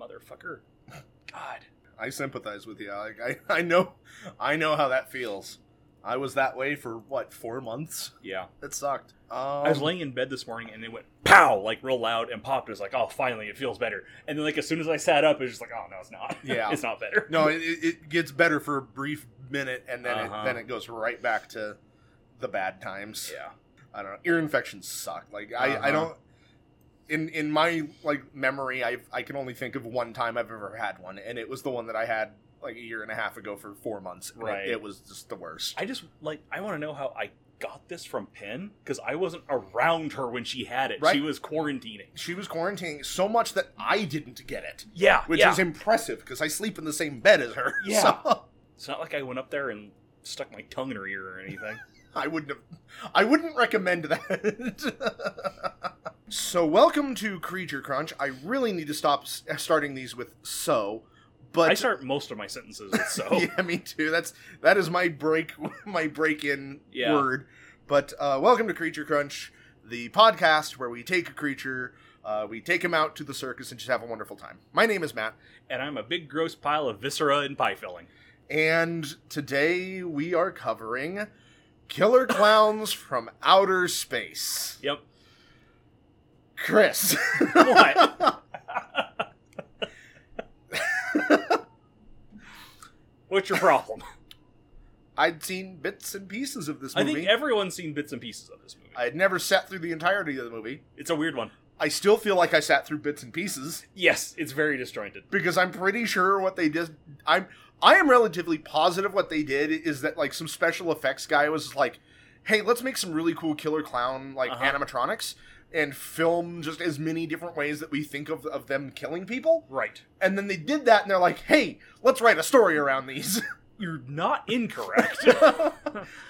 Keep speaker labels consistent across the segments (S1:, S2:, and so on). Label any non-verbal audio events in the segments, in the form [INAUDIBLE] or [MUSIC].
S1: motherfucker.
S2: God.
S1: I sympathize with you. Alec. I I know, I know how that feels. I was that way for what four months.
S2: Yeah.
S1: It sucked. Um,
S2: I was laying in bed this morning and it went pow, like real loud and popped. It was like, oh, finally, it feels better. And then, like, as soon as I sat up, it was just like, oh, no, it's not. [LAUGHS]
S1: Yeah.
S2: it's not better.
S1: No, it, it it gets better for a brief minute, and then
S2: Uh-huh.
S1: it, then it goes right back to the bad times.
S2: [LAUGHS] Yeah.
S1: I don't know. Ear infections suck. Like I,
S2: Uh-huh.
S1: I don't. In in my like memory, I I can only think of one time I've ever had one, and it was the one that I had like a year and a half ago for four months. and it-
S2: Right.
S1: It, was just the worst.
S2: I just, like, I want to know how I got this from Penn because I wasn't around her when she had it. She
S1: Right.
S2: was quarantining.
S1: she was quarantining so much that I didn't get it,
S2: Yeah.
S1: which
S2: yeah.
S1: is impressive because I sleep in the same bed as her. [LAUGHS]
S2: Yeah.
S1: So
S2: it's not like I went up there and stuck my tongue in her ear or anything.
S1: I wouldn't have, I wouldn't recommend that. [LAUGHS] so welcome to Creature Crunch. I really need to stop s- starting these with so, but
S2: I start most of my sentences with so.
S1: [LAUGHS] yeah, me too. That's that is my break [LAUGHS] my break in
S2: Yeah.
S1: word. But uh, welcome to Creature Crunch, the podcast where we take a creature, uh, we take him out to the circus and just have a wonderful time. My name is Matt,
S2: And I'm a big, gross pile of viscera and pie filling.
S1: and today we are covering killer clowns from outer space.
S2: Yep.
S1: Chris, [LAUGHS]
S2: What? What's your problem?
S1: I'd seen bits and pieces of this
S2: I
S1: movie.
S2: think everyone's seen bits and pieces of this movie.
S1: I'd never sat through the entirety of the movie.
S2: it's a weird one.
S1: I still feel like I sat through bits and pieces.
S2: Yes, it's very disjointed.
S1: because I'm pretty sure what they did. I'm I am relatively positive what they did is that like some special effects guy was like, "Hey, let's make some really cool killer clown like
S2: Uh-huh.
S1: animatronics." And film just as many different ways that we think of, of them killing people.
S2: Right.
S1: And then they did that and they're like, hey, let's write a story around these. [LAUGHS]
S2: You're not incorrect.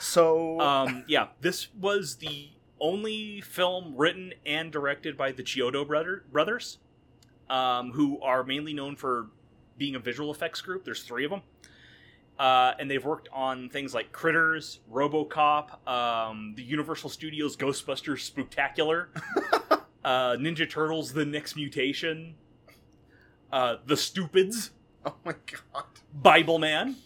S1: so,
S2: um, yeah, this was the only film written and directed by the Chiodo brother- brothers, um, who are mainly known for being a visual effects group. There's three of them. Uh, and they've worked on things like Critters, RoboCop, um, the Universal Studios Ghostbusters Spectacular, uh, Ninja Turtles: The Next Mutation, uh, The Stupids,
S1: oh my god.
S2: Bible Man,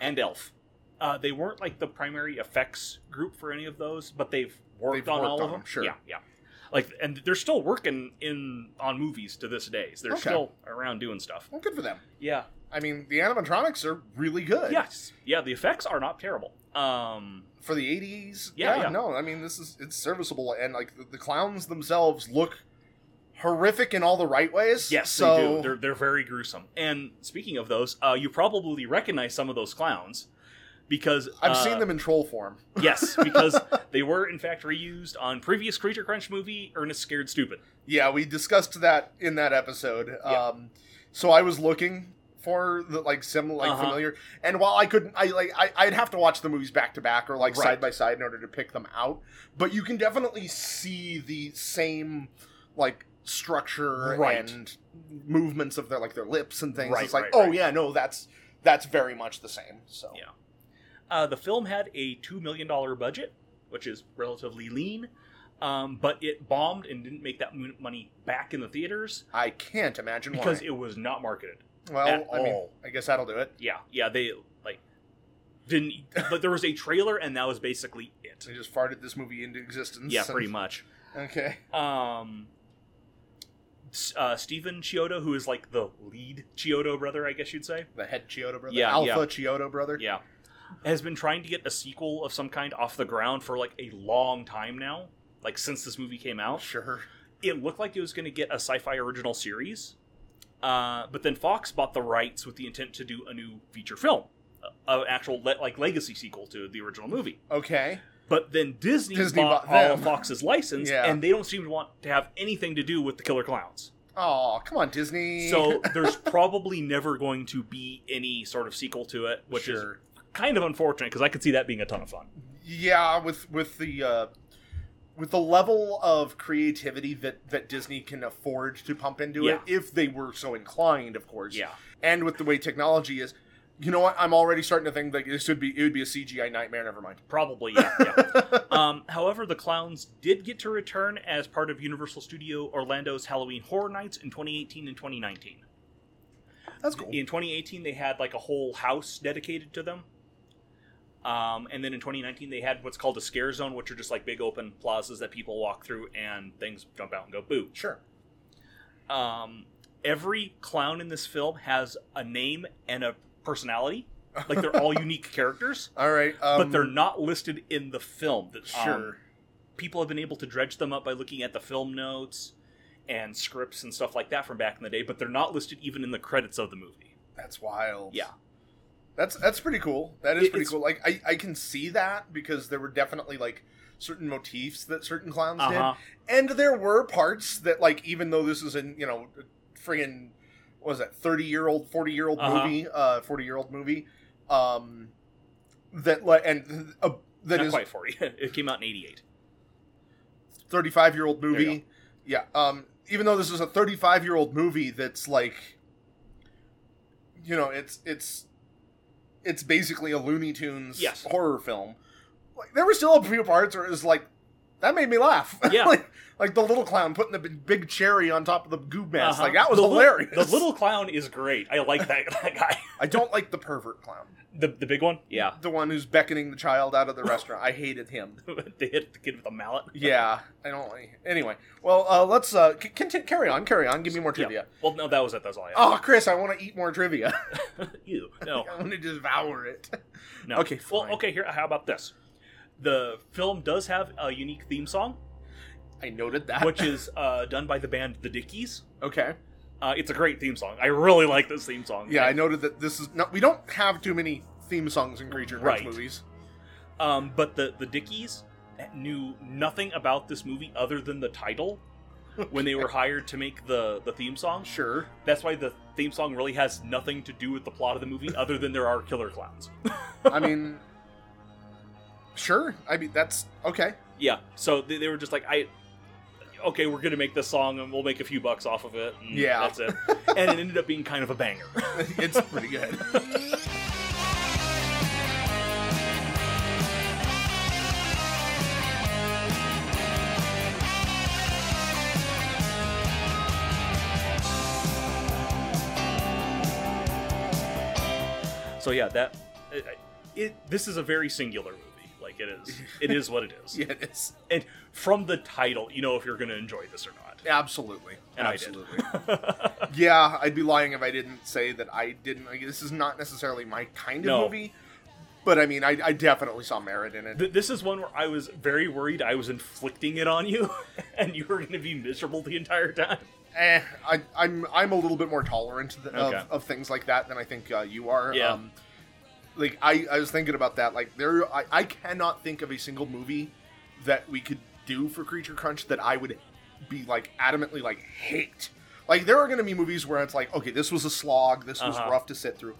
S2: and Elf. Uh, they weren't like the primary effects group for any of those, but they've worked
S1: They've
S2: on
S1: worked
S2: all
S1: on
S2: of them.
S1: them, sure.
S2: Yeah, yeah. Like, and they're still working in on movies to this day. So they're
S1: Okay.
S2: still around doing stuff.
S1: Well, good for them.
S2: Yeah.
S1: I mean, the animatronics are really good.
S2: Yes. Yeah. The effects are not terrible. Um.
S1: for the 80s
S2: Yeah, yeah.
S1: no i mean this is it's serviceable and like the, the clowns themselves look horrific in all the right ways
S2: Yes,
S1: so
S2: they do. They're they're very gruesome. And speaking of those, uh, you probably recognize some of those clowns because
S1: i've
S2: uh,
S1: seen them in troll form
S2: Yes,
S1: [LAUGHS]
S2: because they were in fact reused on previous Creature Crunch movie Ernest Scared Stupid.
S1: yeah we discussed that in that episode um so i was looking for the like similar like
S2: Uh-huh.
S1: familiar and while i couldn't i like I, i'd have to watch the movies back to back or like
S2: Right.
S1: side by side in order to pick them out but you can definitely see the same like structure
S2: Right.
S1: and movements of their like their lips and things
S2: Right,
S1: it's like
S2: right,
S1: oh
S2: right.
S1: yeah no that's that's very much the same so
S2: Yeah. Uh, the film had a $2 million budget, which is relatively lean, um, but it bombed and didn't make that m- money back in the theaters
S1: i can't imagine
S2: because
S1: why
S2: it was not marketed.
S1: well
S2: at
S1: i mean
S2: all.
S1: i guess that'll do it
S2: Yeah, yeah, they, like, didn't. but there was a trailer, and that was basically it.
S1: they just farted this movie into existence
S2: Yeah,
S1: and-
S2: pretty much.
S1: okay
S2: Um, S- uh, Steven Chiodo, who is like the lead Chiodo brother, I guess you'd say.
S1: the head Chiodo brother,
S2: Yeah,
S1: Alpha
S2: yeah.
S1: Chiodo brother.
S2: Yeah. Has been trying to get a sequel of some kind off the ground for like a long time now, like since this movie came out.
S1: Sure.
S2: It looked like it was going to get a sci fi original series, uh, but then Fox bought the rights with the intent to do a new feature film, a an actual le- like legacy sequel to the original movie.
S1: Okay.
S2: But then Disney,
S1: Disney
S2: bought,
S1: bought
S2: all of
S1: them.
S2: Fox's license,
S1: [LAUGHS] Yeah.
S2: and they don't seem to want to have anything to do with the Killer Clowns.
S1: Oh, come on, Disney. [LAUGHS]
S2: So there's probably never going to be any sort of sequel to it, which is
S1: sure.
S2: kind of unfortunate because I could see that being a ton of fun.
S1: yeah, with with the uh, with the level of creativity that that Disney can afford to pump into it,
S2: Yeah.
S1: if they were so inclined, of course. And with the way technology is, you know what? I'm already starting to think like this would be it would be a CGI nightmare. Never mind.
S2: probably. Yeah. yeah. um, however, the clowns did get to return as part of Universal Studio Orlando's Halloween Horror Nights in 2018 and 2019.
S1: That's cool.
S2: In 2018, they had like a whole house dedicated to them. Um, and then in 2019, they had what's called a scare zone, which are just like big open plazas that people walk through and things jump out and go boo.
S1: Sure.
S2: Um, every clown in this film has a name and a personality. Like they're
S1: [LAUGHS]
S2: all unique characters,
S1: All right. Um,
S2: but they're not listed in the film. That, um,
S1: Sure.
S2: people have been able to dredge them up by looking at the film notes and scripts and stuff like that from back in the day, but they're not listed even in the credits of the movie.
S1: That's wild.
S2: Yeah.
S1: That's that's pretty cool. That is
S2: It-
S1: pretty
S2: it's-
S1: cool. Like I, I can see that because there were definitely like certain motifs that certain clowns
S2: Uh huh.
S1: did, and there were parts that like even though this is in you know friggin' what was that thirty year old forty year old
S2: Uh-huh.
S1: movie uh forty year old movie um that like and uh, that
S2: Not
S1: is
S2: quite 40. [LAUGHS] It came out in 88.
S1: 35 year old
S2: you
S1: movie. Yeah. Um, even though this is a 35 year old movie that's like, you know, it's, it's, it's basically a Looney Tunes
S2: Yes.
S1: horror film. Like, there were still a few parts where it was like, that made me laugh. [LAUGHS]
S2: Yeah.
S1: like, like the little clown putting the big, big cherry on top of the goo mask.
S2: Uh-huh.
S1: Like, that was
S2: The lit-
S1: hilarious.
S2: the little clown is great. I like that, [LAUGHS] that guy.
S1: [LAUGHS] I don't like the pervert clown.
S2: The, the big one? Yeah.
S1: The one who's beckoning the child out of the restaurant. I hated him.
S2: [LAUGHS] they hit the kid with a mallet.
S1: Yeah, I don't like. Anyway, well, uh, let's uh, c- conti- carry on, carry on. Give me more
S2: Yeah.
S1: trivia.
S2: Well, no, that was it. That was all I had.
S1: Oh, Chris, I want to eat more trivia. [LAUGHS]
S2: Ew. No.
S1: I want to devour it.
S2: No.
S1: Oh. Okay, fine.
S2: Well, okay, here, how about this? The film does have a unique theme song,
S1: I noted that.
S2: which is uh, done by the band The Dickies.
S1: [LAUGHS] okay.
S2: Uh, it's a great theme song. I really like this theme song.
S1: Yeah, I noted that this is not. We don't have too many theme songs in creature Crunch
S2: Right.
S1: movies.
S2: Um, but the the Dickies knew nothing about this movie other than the title when they were hired to make the the theme song. [LAUGHS]
S1: Sure.
S2: That's why the theme song really has nothing to do with the plot of the movie other than there are killer clowns.
S1: I mean, sure. I mean, that's okay. [LAUGHS]
S2: Yeah. So they, they were just like, I. Okay, we're gonna make this song and we'll make a few bucks off of it. And
S1: Yeah.
S2: that's
S1: [LAUGHS]
S2: it. and it ended up being kind of a banger.
S1: it's pretty good. [LAUGHS]
S2: So yeah, that it, it this is a very singular movie. Like it is, it is what it is.
S1: [LAUGHS] Yeah, it is.
S2: And from the title, you know if you're gonna enjoy this or not.
S1: Absolutely.
S2: And I did.
S1: Absolutely.
S2: [LAUGHS]
S1: yeah, I'd be lying if I didn't say that I didn't. Like, this is not necessarily my kind of
S2: No.
S1: movie, but I mean, I, I definitely saw merit in it.
S2: Th- This is one where I was very worried I was inflicting it on you, [LAUGHS] and you were going to be miserable the entire time.
S1: eh, I, I'm I'm a little bit more tolerant th-
S2: Okay.
S1: of, of things like that than I think uh, you are.
S2: Yeah.
S1: Um, like I, I was thinking about that. Like there, I, I cannot think of a single movie that we could do for Creature Crunch that I would be like adamantly like hate. Like there are going to be movies where it's like, okay, this was a slog, this was
S2: Uh-huh.
S1: rough to sit through.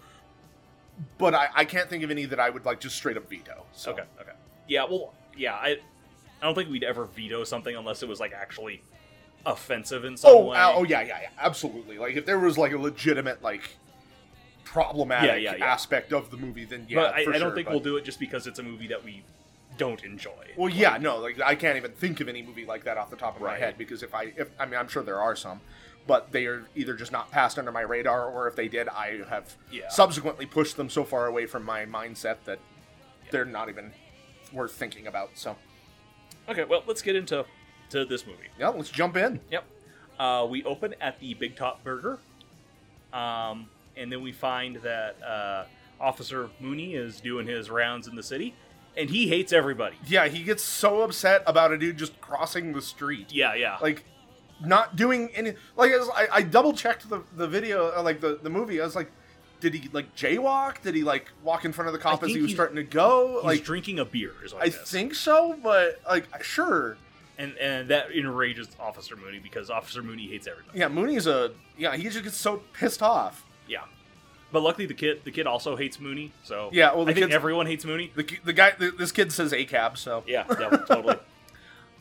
S1: But I, I can't think of any that I would like just straight up veto. So.
S2: Okay, okay, yeah, well, yeah, I, I don't think we'd ever veto something unless it was like actually offensive in some
S1: Oh,
S2: way.
S1: uh, oh yeah, yeah, yeah, absolutely. Like if there was like a legitimate like problematic
S2: Yeah, yeah, yeah.
S1: aspect of the movie, then yeah,
S2: but I,
S1: for
S2: I don't
S1: sure,
S2: think
S1: but-
S2: we'll do it just because it's a movie that we don't enjoy.
S1: Well, yeah, no, like I can't even think of any movie like that off the top of my
S2: Right.
S1: head because if I, if I mean, I'm sure there are some, but they are either just not passed under my radar, or if they did, I have
S2: Yeah.
S1: subsequently pushed them so far away from my mindset that they're not even worth thinking about. So
S2: Okay, well, let's get into to this movie.
S1: yeah, let's jump in.
S2: Yep. Uh, we open at the Big Top Burger, um, and then we find that uh, Officer Mooney is doing his rounds in the city, and he hates everybody.
S1: Yeah, he gets so upset about a dude just crossing the street.
S2: Yeah, yeah.
S1: like not doing any like I, was- I, I double checked the, the video uh, like the, the movie i was like did he like jaywalk did he like walk in front of the cop as
S2: think
S1: he was
S2: he's-
S1: starting to go
S2: He's
S1: like
S2: drinking a beer, is what
S1: i
S2: it is.
S1: think so but like sure
S2: and and that enrages Officer Mooney because Officer Mooney hates everybody.
S1: yeah mooney's a yeah he just gets so pissed off
S2: Yeah. But luckily, the kid the kid also hates Mooney, so
S1: Yeah, well, the
S2: I think
S1: kid's-
S2: everyone hates Mooney.
S1: the, ki- the guy the, this kid says a cab so
S2: Yeah, no,
S1: [LAUGHS]
S2: totally.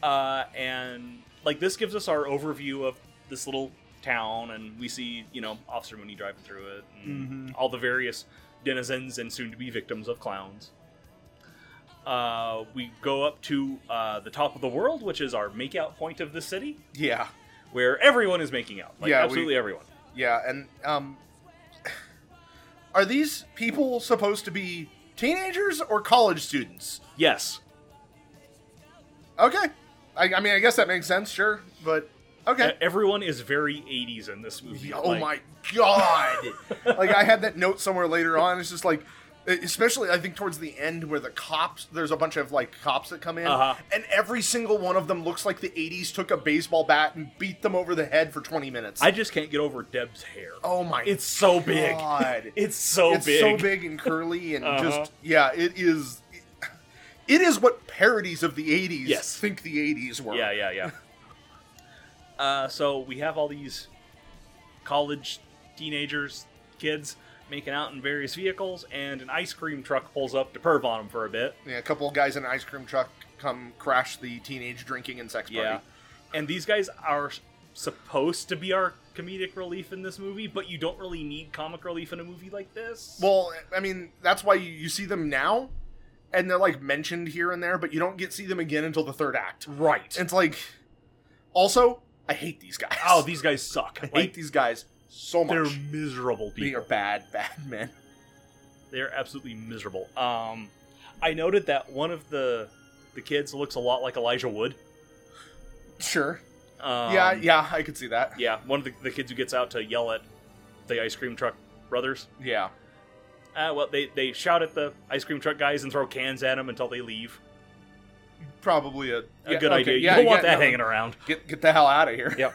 S2: Uh, and like this gives us our overview of this little town, and we see you know Officer Mooney driving through it, and
S1: Mm-hmm.
S2: all the various denizens and soon-to-be victims of clowns. Uh, we go up to uh, the top of the world, which is our makeout point of the city,
S1: yeah
S2: where everyone is making out. Like
S1: Yeah, we-
S2: absolutely everyone.
S1: yeah and um [SIGHS] are these people supposed to be teenagers or college students?
S2: Yes.
S1: Okay. I, I mean, I guess that makes sense, sure, but okay.
S2: E- Everyone is very 80s in this movie.
S1: Yeah,
S2: Like,
S1: oh my
S2: [LAUGHS]
S1: god! like I had that note somewhere later on. It's just like, e, especially I think towards the end where the cops, there's a bunch of like cops that come in,
S2: Uh-huh.
S1: and every single one of them looks like the '80s took a baseball bat and beat them over the head for 20 minutes.
S2: I just can't get over Deb's hair.
S1: oh my!
S2: It's so big.
S1: God.
S2: It's so
S1: it's
S2: big.
S1: so
S2: [LAUGHS]
S1: big and curly and
S2: Uh-huh.
S1: just yeah, it is. It is what parodies of the '80s
S2: Yes.
S1: think the '80s were.
S2: Yeah, yeah, yeah. [LAUGHS] uh, so we have all these college teenagers, kids making out in various vehicles, and an ice cream truck pulls up to perv on them for a bit.
S1: Yeah, a couple of guys in an ice cream truck come crash the teenage drinking and sex party.
S2: Yeah. And these guys are s- supposed to be our comedic relief in this movie, but you don't really need comic relief in a movie like this.
S1: Well, I mean, that's why you, you see them now, and they're like mentioned here and there, but you don't get to see them again until the third act.
S2: right.
S1: It's like, also, I hate these guys.
S2: oh, these guys suck.
S1: [LAUGHS] I hate
S2: Like,
S1: these guys so
S2: they're [LAUGHS]
S1: much.
S2: miserable people.
S1: They are bad, bad men.
S2: they're absolutely miserable. Um, I noted that one of the the kids looks a lot like Elijah Wood.
S1: Sure.
S2: Um,
S1: yeah, yeah, I could see that.
S2: yeah. One of the, the kids who gets out to yell at the ice cream truck brothers.
S1: Yeah.
S2: Uh, well, they they shout at the ice cream truck guys and throw cans at them until they leave.
S1: Probably a,
S2: A
S1: yeah,
S2: good
S1: okay,
S2: idea. You
S1: yeah,
S2: don't want
S1: yeah,
S2: that
S1: no,
S2: hanging around.
S1: Get, get the hell out of here.
S2: Yep.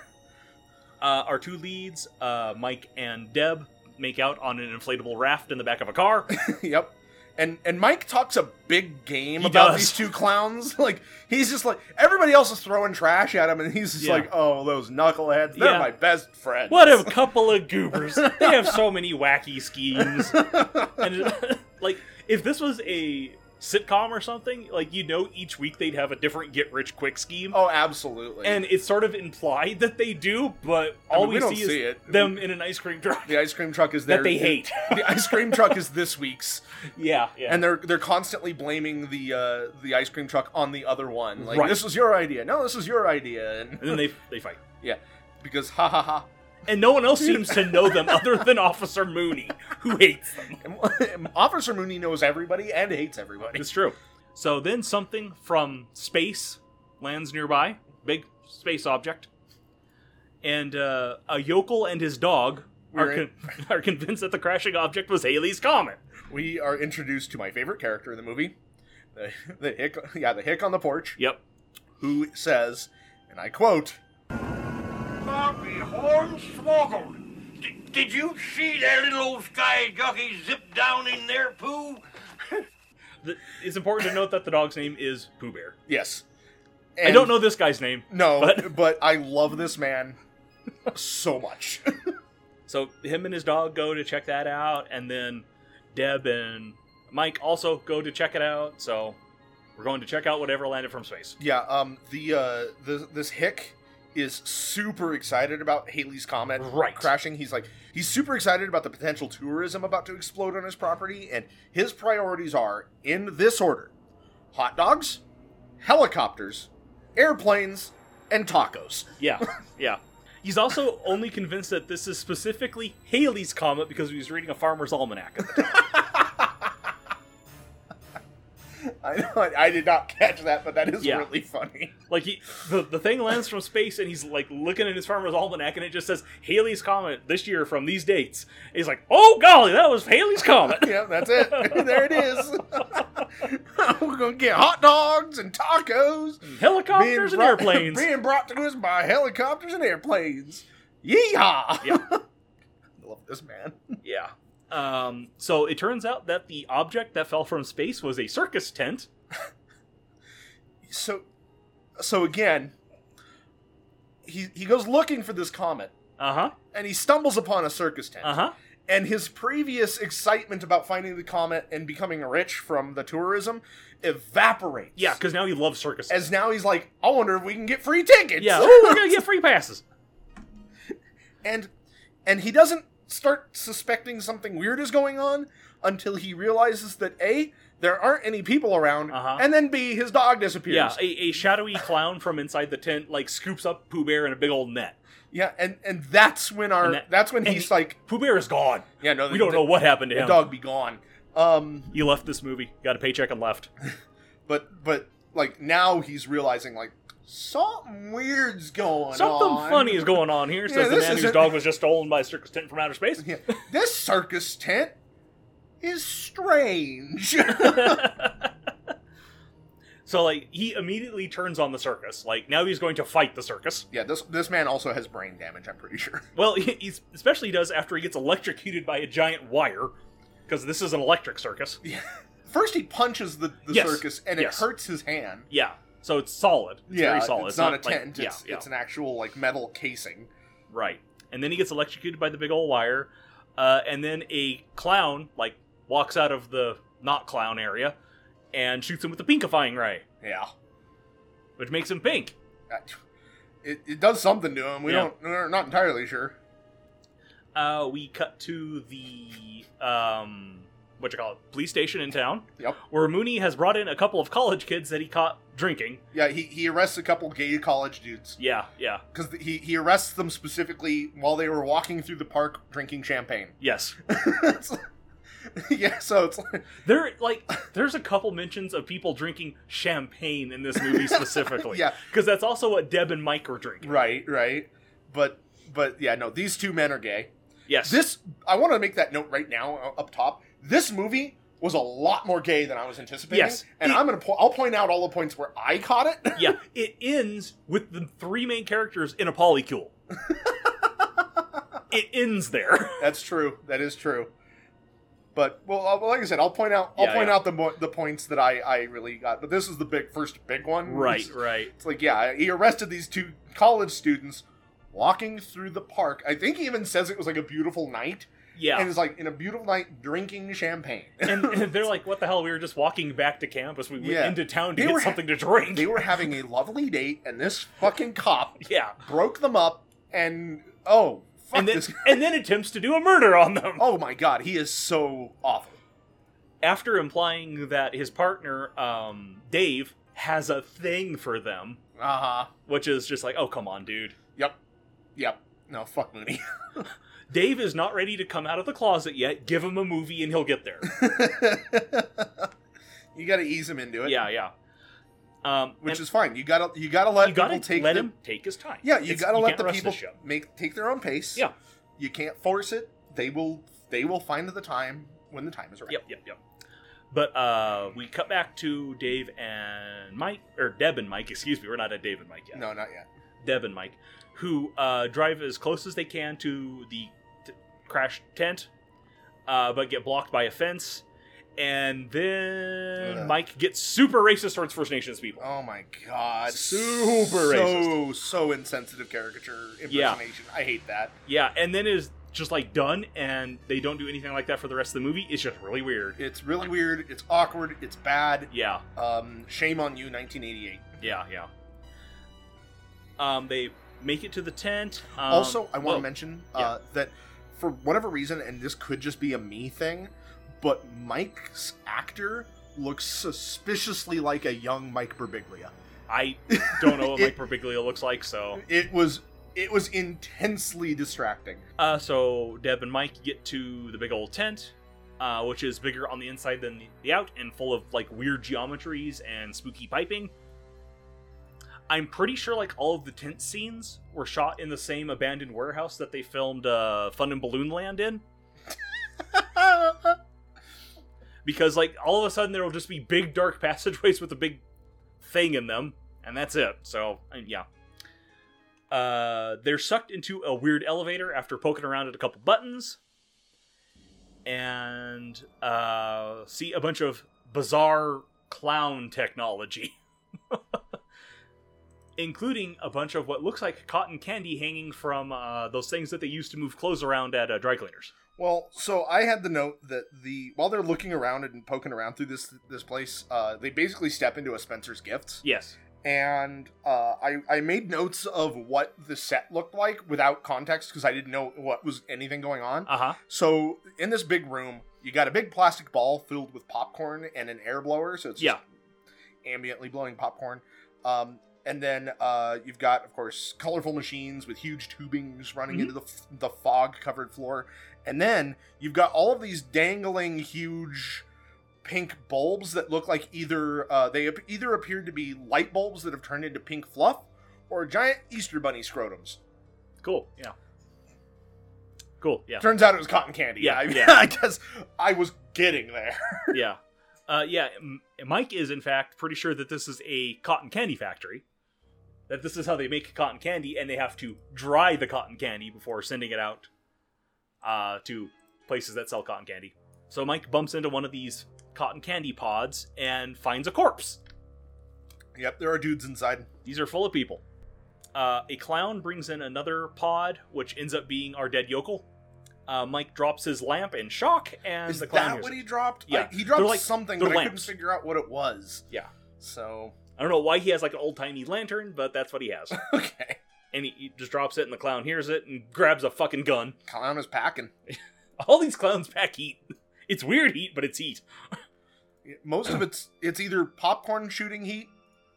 S2: Uh, our two leads, uh, Mike and Deb, make out on an inflatable raft in the back of a
S1: [LAUGHS]
S2: car.
S1: yep. And and Mike talks a big game
S2: He
S1: about
S2: does.
S1: these two clowns. [LAUGHS] Like he's just like everybody else is throwing trash at him, and he's just
S2: Yeah.
S1: like, "Oh, those knuckleheads! They're
S2: Yeah.
S1: my best friends."
S2: What a couple of goobers. They have so many wacky
S1: [LAUGHS]
S2: schemes. And [LAUGHS] it- like if this was a sitcom or something, like you know each week they'd have a different get rich quick scheme.
S1: oh, absolutely.
S2: And it's sort of implied that they do, but
S1: I mean,
S2: all
S1: we,
S2: we,
S1: don't
S2: see is
S1: see it.
S2: them in an ice cream truck
S1: the ice cream truck is [LAUGHS] there
S2: that they hate.
S1: [LAUGHS] The ice cream truck is this week's,
S2: yeah, [LAUGHS] yeah.
S1: and they're they're constantly blaming the uh, the ice cream truck on the other one. Like
S2: Right.
S1: this was your idea. No, this was your idea.
S2: [LAUGHS]
S1: And
S2: and then they they fight.
S1: because ha ha ha.
S2: And no one else seems to know
S1: [LAUGHS]
S2: them other than Officer Mooney, who hates them.
S1: And [LAUGHS] Officer Mooney knows everybody and
S2: [LAUGHS]
S1: hates everybody.
S2: It's true. So then something from space lands nearby, big space object, and uh, a yokel and his dog are,
S1: We're
S2: con- [LAUGHS] are convinced that the crashing object was Haley's comet.
S1: We are introduced to my favorite character in the movie, the, the hick. Yeah, the hick on the porch,
S2: Yep.
S1: who says, and I quote,
S3: Bobby Hornswoggled. Did, did you see that little old sky jockey zip down in their poo?
S2: Th- It's important to note that the dog's name is Pooh Bear.
S1: "Yes."
S2: I
S1: And-
S2: don't know this guy's name.
S1: No,
S2: but-
S1: [LAUGHS] but, I love this man so much. [LAUGHS]
S2: So him and his dog go to check that out, and then Deb and Mike also go to check it out. So we're going to check out whatever landed from space.
S1: yeah. Um. The uh. The, this hick is super excited about Haley's comet
S2: Right.
S1: crashing. He's like he's super excited about the potential tourism about to explode on his property, and his priorities are in this order: hot dogs, helicopters, airplanes, and tacos. [LAUGHS]
S2: Yeah, yeah. He's also only convinced that this is specifically Haley's comet because he was reading a farmer's almanac. at the time.
S1: I know I, I did not catch that, but that is
S2: Yeah.
S1: really funny. [LAUGHS]
S2: like he, the, the thing lands from space, and he's like looking at his farmer's almanac, and it just says Haley's comet this year from these dates. He's like, oh golly, that was Haley's
S1: [LAUGHS]
S2: comet.
S1: yeah, that's it. there it is. [LAUGHS] We're gonna get hot dogs and tacos.
S2: Helicopters and
S1: brought-
S2: airplanes.
S1: [LAUGHS] being brought to us by helicopters and airplanes. Yeehaw!
S2: Yeah.
S1: [LAUGHS] I love this man.
S2: yeah. Um, so it turns out that the object that fell from space was a circus tent.
S1: So, so again, he he goes looking for this comet,
S2: Uh huh.
S1: and he stumbles upon a circus tent.
S2: Uh huh.
S1: and his previous excitement about finding the comet and becoming rich from the tourism evaporates.
S2: Yeah, because now he loves circus.
S1: As now he's like, I wonder if we can get free tickets. [LAUGHS]
S2: yeah. Ooh, we're gonna get free passes.
S1: and and he doesn't start suspecting something weird is going on until he realizes that a there aren't any people around,
S2: Uh-huh.
S1: and then b his dog disappears.
S2: Yeah, a, a shadowy clown from inside the tent like scoops up Pooh Bear in a big old net.
S1: Yeah, and and that's when our
S2: And that-
S1: that's when
S2: and
S1: he's
S2: he-
S1: like,
S2: Pooh Bear is gone.
S1: yeah, no,
S2: We don't know what happened to
S1: The
S2: him.
S1: dog be gone. Um,
S2: He left this movie, got a paycheck, and left.
S1: but but like now he's realizing like something weird's going
S2: Something
S1: on.
S2: funny is going on here,
S1: Yeah,
S2: says the
S1: this
S2: man whose
S1: isn't-
S2: dog was just stolen by a circus tent from outer space.
S1: [LAUGHS] Yeah. This circus tent is strange. [LAUGHS]
S2: so, like, he immediately turns on the circus. Like, now he's going to fight the circus.
S1: yeah, this this man also has brain damage. I'm pretty sure.
S2: Well, [LAUGHS] he, he's, especially he does after he gets electrocuted by a giant wire, because this is an electric circus.
S1: First, he punches the, the
S2: Yes,
S1: circus and
S2: yes.
S1: it hurts his hand.
S2: Yeah. So it's solid. It's
S1: yeah,
S2: very solid.
S1: it's not, a
S2: like-
S1: tent.
S2: yeah,
S1: it's,
S2: yeah.
S1: it's an actual like metal casing.
S2: Right. And then he gets electrocuted by the big old wire. Uh, and then a clown, like, walks out of the not clown area and shoots him with the pinkifying ray,
S1: Yeah,
S2: which makes him pink.
S1: That- it, it does something to him. We
S2: Yeah.
S1: don't. We're not entirely sure.
S2: Uh, we cut to the, um, what you call it, police station in town.
S1: Yep.
S2: Where Mooney has brought in a couple of college kids that he caught drinking.
S1: Yeah, he, he arrests a couple gay college dudes
S2: Yeah, yeah,
S1: because he he arrests them specifically while they were walking through the park drinking champagne. [LAUGHS]
S2: yes.
S1: It's like- [LAUGHS] yeah, so it's like,
S2: There, like, there's a couple mentions of people drinking champagne in this
S1: [LAUGHS]
S2: movie specifically.
S1: yeah,
S2: Because that's also what Deb and Mike were drinking.
S1: right, right. But but yeah, no, these two men are gay.
S2: Yes.
S1: This I want to make that note right now uh, up top. This movie was a lot more gay than I was anticipating.
S2: Yes.
S1: and
S2: It-
S1: I'm gonna po- I'll point out all the points where I caught it. [LAUGHS]
S2: yeah, [LAUGHS] it ends with the three main characters in a polycule. it ends there.
S1: That's true. That is true. But well, I'll- like I said, I'll point out I'll
S2: Yeah,
S1: point
S2: yeah.
S1: out the mo- the points that I I really got. But this is the big first big one.
S2: Right, right.
S1: It's like, yeah, he arrested these two college students walking through the park. I think he even says it was like a beautiful night.
S2: Yeah.
S1: And it's like in a beautiful night drinking champagne.
S2: [LAUGHS] And,
S1: [LAUGHS]
S2: and they're like, what the hell? We were just walking back to campus. We went
S1: Yeah.
S2: into town to
S1: They
S2: get
S1: were-
S2: something to drink.
S1: they were having a lovely date and this fucking cop
S2: [LAUGHS] yeah.
S1: broke them up and oh, fuck
S2: And then,
S1: this. [LAUGHS] guy.
S2: and then attempts to do a murder on them.
S1: Oh my god, he is so awful.
S2: After implying that his partner, um, Dave, has a thing for them,
S1: Uh-huh.
S2: which is just like, oh, come on, dude.
S1: Yep. Yep. No, fuck Mooney. [LAUGHS]
S2: Dave is not ready to come out of the closet yet. Give him a movie and he'll get there.
S1: you got to ease him into it.
S2: yeah, yeah. Um,
S1: Which
S2: and-
S1: is fine. You got to you got to let
S2: you
S1: people
S2: gotta
S1: take
S2: let
S1: them.
S2: him take his time.
S1: Yeah, you
S2: It's-
S1: got to let
S2: can't
S1: the
S2: rush
S1: people
S2: this show.
S1: make take their own pace.
S2: Yeah.
S1: you can't force it. They will they will find the time when the time is right.
S2: Yep, yep, yep. But uh, we cut back to Dave and Mike, or Deb and Mike. Excuse me, we're not at Dave and Mike yet.
S1: No, not yet.
S2: Deb and Mike, who uh, drive as close as they can to the t- crash tent, uh, but get blocked by a fence. And then
S1: Ugh.
S2: Mike gets super racist towards First Nations people.
S1: Oh my god.
S2: Super
S1: so,
S2: racist.
S1: So insensitive caricature
S2: Yeah.
S1: impersonation. I hate that.
S2: Yeah, and then is just like done, and they don't do anything like that for the rest of the movie. It's just really weird.
S1: It's really weird. It's awkward. It's bad.
S2: Yeah.
S1: Um, shame on you, 1988.
S2: Yeah, yeah. Um, they make it to the tent. Um,
S1: also, I want
S2: well,
S1: to mention uh, that for whatever reason, and this could just be a me thing, but Mike's actor looks suspiciously like a young Mike Birbiglia.
S2: I don't know what
S1: [LAUGHS]
S2: Mike
S1: It-
S2: Birbiglia looks like, so
S1: It was it was intensely distracting.
S2: uh, so Deb and Mike get to the big old tent, uh, which is bigger on the inside than the out, and full of like weird geometries and spooky piping. I'm pretty sure like all of the tent scenes were shot in the same abandoned warehouse that they filmed uh, Fun and Balloon Land in. because like all of a sudden there will just be big dark [LAUGHS] passageways with a big thing in them and that's it so and yeah uh they're sucked into a weird elevator after poking around at a couple buttons and uh see a bunch of bizarre clown technology [LAUGHS] including a bunch of what looks like cotton candy hanging from uh, those things that they use to move clothes around at uh, dry cleaners
S1: Well, so I had the note that the while they're looking around and poking around through this this place, uh, they basically step into a Spencer's Gifts,
S2: yes
S1: and uh, I I made notes of what the set looked like without context because I didn't know what was anything going on.
S2: uh-huh
S1: So in this big room, you got a big plastic ball filled with popcorn and an air blower, so it's just ambiently blowing popcorn. Um, And then uh, you've got, of course, colorful machines with huge tubings running
S2: Mm-hmm.
S1: into the, f- the fog covered floor. And then you've got all of these dangling, huge pink bulbs that look like either uh, they ap- either appear to be light bulbs that have turned into pink fluff or giant Easter bunny scrotums.
S2: Cool. Yeah. Cool.
S1: [LAUGHS]
S2: Yeah.
S1: Turns out it was cotton candy.
S2: Yeah,
S1: I, [LAUGHS]
S2: yeah.
S1: I guess I was getting there.
S2: yeah. Uh, yeah. M- Mike is, in fact, pretty sure that this is a cotton candy factory. That this is how they make cotton candy, and they have to dry the cotton candy before sending it out uh, to places that sell cotton candy. So Mike bumps into one of these cotton candy pods and finds a corpse.
S1: Yep, there are dudes inside.
S2: These are full of people. Uh, a clown brings in another pod, which ends up being our dead yokel. Uh, Mike drops his lamp in shock, and
S1: Is
S2: the clown.
S1: that
S2: hears
S1: what
S2: it.
S1: he dropped?
S2: Yeah.
S1: I- he dropped
S2: They're like-
S1: something,
S2: they're
S1: but I couldn't
S2: lamps.
S1: figure out what it was.
S2: Yeah.
S1: So
S2: I don't know why he has like an old timey lantern, but that's what he has.
S1: [LAUGHS] okay,
S2: and he, he just drops it, and the clown hears it and grabs a fucking gun. [LAUGHS]
S1: clown is packing.
S2: All these clowns pack heat. [LAUGHS] It's weird heat, but it's heat.
S1: Most of it's it's either popcorn shooting heat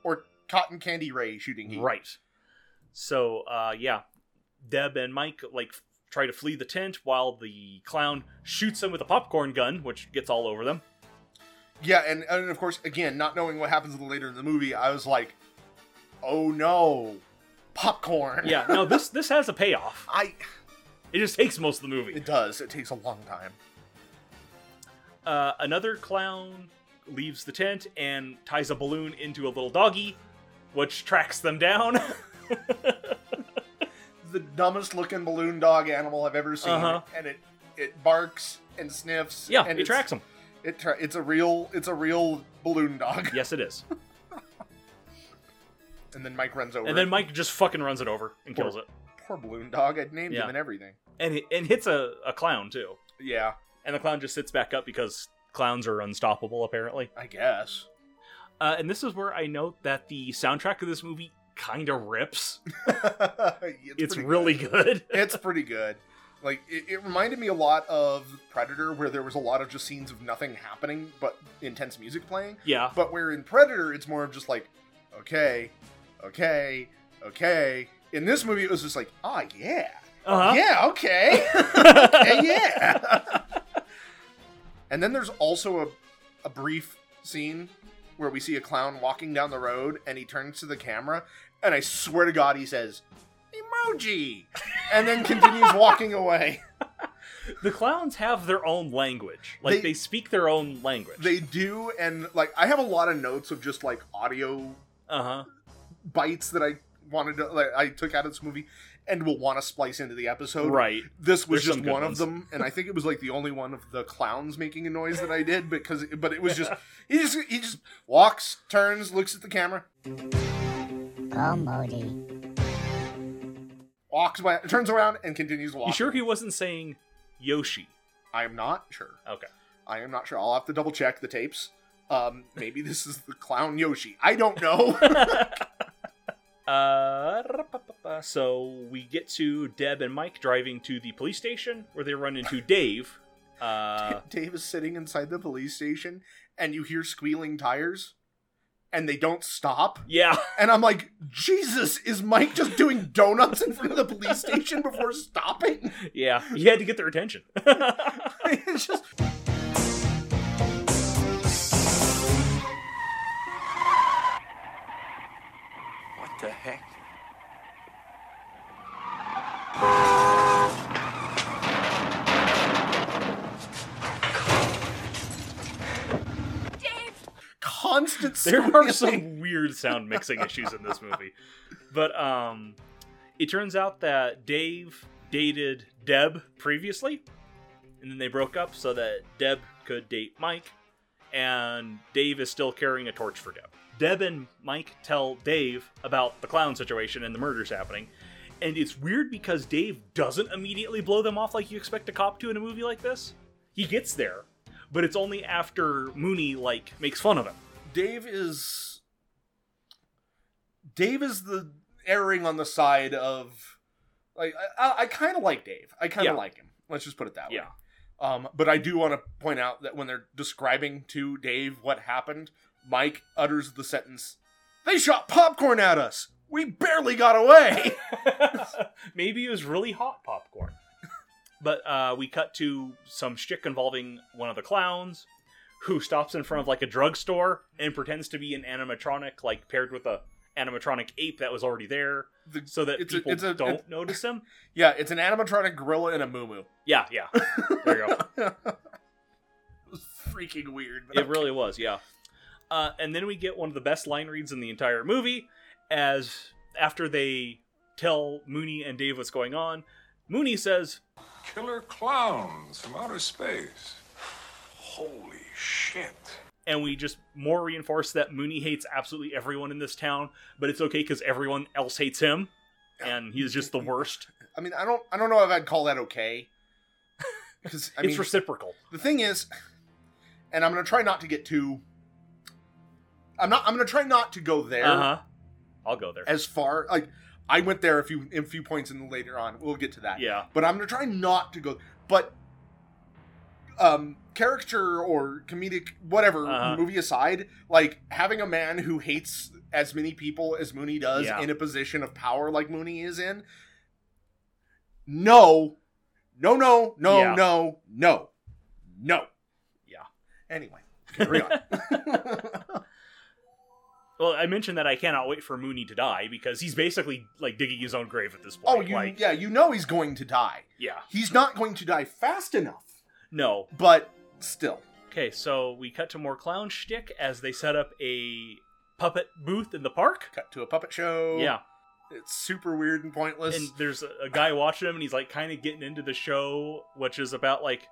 S1: or cotton candy ray shooting heat.
S2: Right. So, uh, yeah, Deb and Mike like f- try to flee the tent while the clown shoots them with a popcorn gun, which gets all over them.
S1: Yeah, and and of course, again, not knowing what happens later in the movie, I was like, oh no, popcorn.
S2: Yeah. Now this this has a payoff.
S1: I.
S2: It just takes most of the movie.
S1: It does. It takes a long time.
S2: uh, another clown leaves the tent and ties a balloon into a little doggy, which tracks them down. [LAUGHS]
S1: The dumbest looking balloon dog animal I've ever seen,
S2: Uh-huh.
S1: and it it barks and sniffs.
S2: yeah,
S1: and
S2: it
S1: it's-
S2: tracks them.
S1: It tra- it's a real it's a real balloon dog. [LAUGHS]
S2: Yes, it is.
S1: And then Mike runs over.
S2: And then Mike just fucking runs it over and kills it,
S1: poor balloon dog. I'd named
S2: Yeah.
S1: him and everything.
S2: and it- and hits a, a clown too.
S1: Yeah,
S2: And the clown just sits back up because clowns are unstoppable apparently. [LAUGHS]
S1: I guess.
S2: Uh, and this is where I note that the soundtrack of this movie kind of rips.
S1: [LAUGHS]
S2: It's,
S1: pretty
S2: really
S1: good.
S2: good. [LAUGHS]
S1: It's pretty good. Like it, it reminded me a lot of Predator, where there was a lot of just scenes of nothing happening but intense music playing.
S2: yeah.
S1: But where in Predator, it's more of just like, okay, okay, okay. In this movie, it was just like, ah, yeah,
S2: Uh-huh.
S1: yeah, okay. Okay, yeah. [LAUGHS] and then there's also a, a brief scene where we see a clown walking down the road and he turns to the camera and I swear to God he says, emoji, and then continues walking away.
S2: [LAUGHS] The clowns have their own language. Like
S1: They-
S2: they, speak their own language.
S1: They do, and like I have a lot of notes of just like audio
S2: uh-huh.
S1: bites that I wanted to, like, I took out of this movie and will want to splice into the episode.
S2: Right.
S1: This was
S2: There's
S1: just
S2: some good
S1: one of
S2: ones.
S1: them, and I think it was like the only one of the clowns making a noise that I did because, but it
S2: [LAUGHS]
S1: was just he just he just walks, turns, looks at the camera,
S4: Comedy.
S1: walks by, turns around, and continues walking.
S2: You sure he wasn't saying [LAUGHS] Yoshi?
S1: I am not sure.
S2: Okay.
S1: I am not sure. I'll have to double check the tapes. Um, maybe this is the clown Yoshi. I don't know.
S2: Uh, ra-pa-pa-pa. so we get to Deb and Mike driving to the police station where they run into Dave. [LAUGHS] Uh,
S1: [LAUGHS]
S2: [LAUGHS]
S1: Dave is sitting inside the police station, and you hear squealing tires, and they don't stop.
S2: yeah, [LAUGHS]
S1: And I'm like, Jesus, is Mike just doing donuts in front of the police station before stopping?
S2: yeah, he had to get their attention. [LAUGHS]
S1: it's just
S3: What the heck?
S1: [LAUGHS] constant
S2: there are
S1: squealing.
S2: some weird sound mixing issues in this movie, but um, it turns out that Dave dated Deb previously, and then they broke up so that Deb could date Mike, and Dave is still carrying a torch for Deb. Deb and Mike tell Dave about the clown situation and the murders happening. And it's weird because Dave doesn't immediately blow them off like you expect a cop to in a movie like this. He gets there, but it's only after Mooney like makes fun of him.
S1: Dave is Dave is the erring on the side of like I, I, I kind of like Dave. I kind of
S2: Yeah.
S1: like him. Let's just put it that way.
S2: Yeah.
S1: Um, but I do want to point out that when they're describing to Dave what happened, Mike utters the sentence, They shot popcorn at us. We barely got away. [LAUGHS]
S2: [LAUGHS] Maybe it was really hot popcorn. [LAUGHS] But uh, we cut to some shtick involving one of the clowns, who stops in front of like a drugstore and pretends to be an animatronic, like paired with a animatronic ape that was already there,
S1: The-
S2: so that
S1: It's a-
S2: people
S1: it's a-
S2: don't
S1: it-
S2: notice him.
S1: yeah, it's an animatronic gorilla and a moo
S2: Yeah, yeah. There you go.
S1: [LAUGHS] it was freaking weird. but
S2: It really was, yeah. Uh, and then we get one of the best line reads in the entire movie, as after they tell Mooney and Dave what's going on, Mooney says,
S4: Killer clowns from outer space. Holy shit.
S2: and we just more reinforce that Mooney hates absolutely everyone in this town, but it's okay because everyone else hates him, and he's just the worst.
S1: I mean, I don't, I don't know if I'd call that okay. Because I mean,
S2: [LAUGHS] it's reciprocal.
S1: the thing is, and I'm gonna try not to get too. I'm not. I'm gonna try not to go there
S2: Uh huh. I'll go there.
S1: as far like I went there a few a few points in later on. We'll get to that.
S2: Yeah.
S1: But I'm gonna try not to go. But um, character or comedic whatever
S2: Uh-huh.
S1: movie aside, like having a man who hates as many people as Mooney does
S2: Yeah.
S1: in a position of power like Mooney is in. No, no, no, no,
S2: Yeah.
S1: no, no, no.
S2: Yeah.
S1: Anyway, carry on.
S2: [LAUGHS] Well, I mentioned that I cannot wait for Mooney to die because he's basically like digging his own grave at this point.
S1: oh, you
S2: like,
S1: yeah, you know he's going to die.
S2: yeah.
S1: He's not going to die fast enough.
S2: No,
S1: but still.
S2: Okay, so we cut to more clown shtick as they set up a puppet booth in the park.
S1: Cut to a puppet show.
S2: Yeah,
S1: It's super weird and pointless.
S2: and there's a, a guy watching him, and he's like kind of getting into the show, which is about like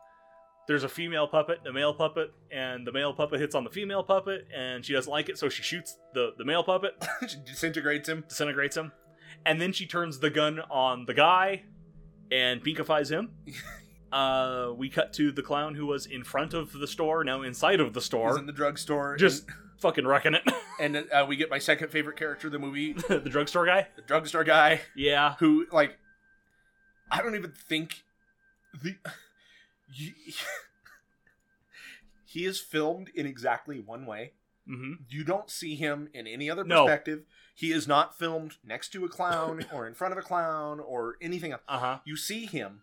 S2: there's a female puppet, a male puppet, and the male puppet hits on the female puppet, and she doesn't like it, so she shoots the the male puppet, [LAUGHS]
S1: she disintegrates him.
S2: disintegrates him, and then she turns the gun on the guy and pinkifies
S1: [LAUGHS]
S2: him. Uh, we cut to the clown who was in front of the store, now inside of the
S1: He's
S2: store,
S1: in the drugstore.
S2: just fucking wrecking it. [LAUGHS]
S1: and, and, uh, we get my second favorite character of the movie,
S2: the drugstore guy.
S1: the drugstore guy,
S2: Yeah.
S1: who like I don't even think the [LAUGHS] you, he is filmed in exactly one way.
S2: hmm
S1: You don't see him in any other
S2: No.
S1: perspective. He is not filmed next to a clown or in front of a clown or anything else.
S2: Uh huh.
S1: You see him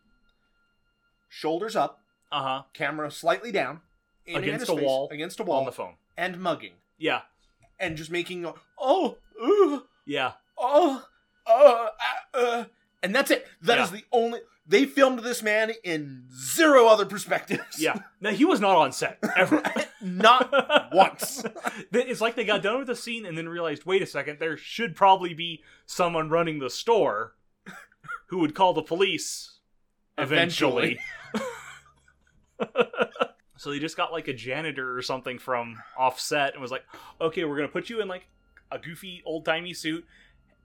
S1: shoulders up,
S2: Uh huh.
S1: camera slightly down aiming at
S2: Against
S1: his
S2: a
S1: face,
S2: wall.
S1: against a
S2: On
S1: wall
S2: the phone.
S1: and mugging
S2: Yeah.
S1: and just making a, oh ooh,
S2: Yeah.
S1: oh uh, ah, uh," and that's it That
S2: Yeah.
S1: is the only they filmed this man in zero other perspectives
S2: Yeah. [LAUGHS] No, he was not on set ever.
S1: [LAUGHS] not
S2: [LAUGHS]
S1: once
S2: it's like they got done with the scene and then realized, wait a second, there should probably be someone running the store who would call the police eventually. [LAUGHS] so they just got like a janitor or something from offset and was like, okay, we're gonna put you in like a goofy old timey suit,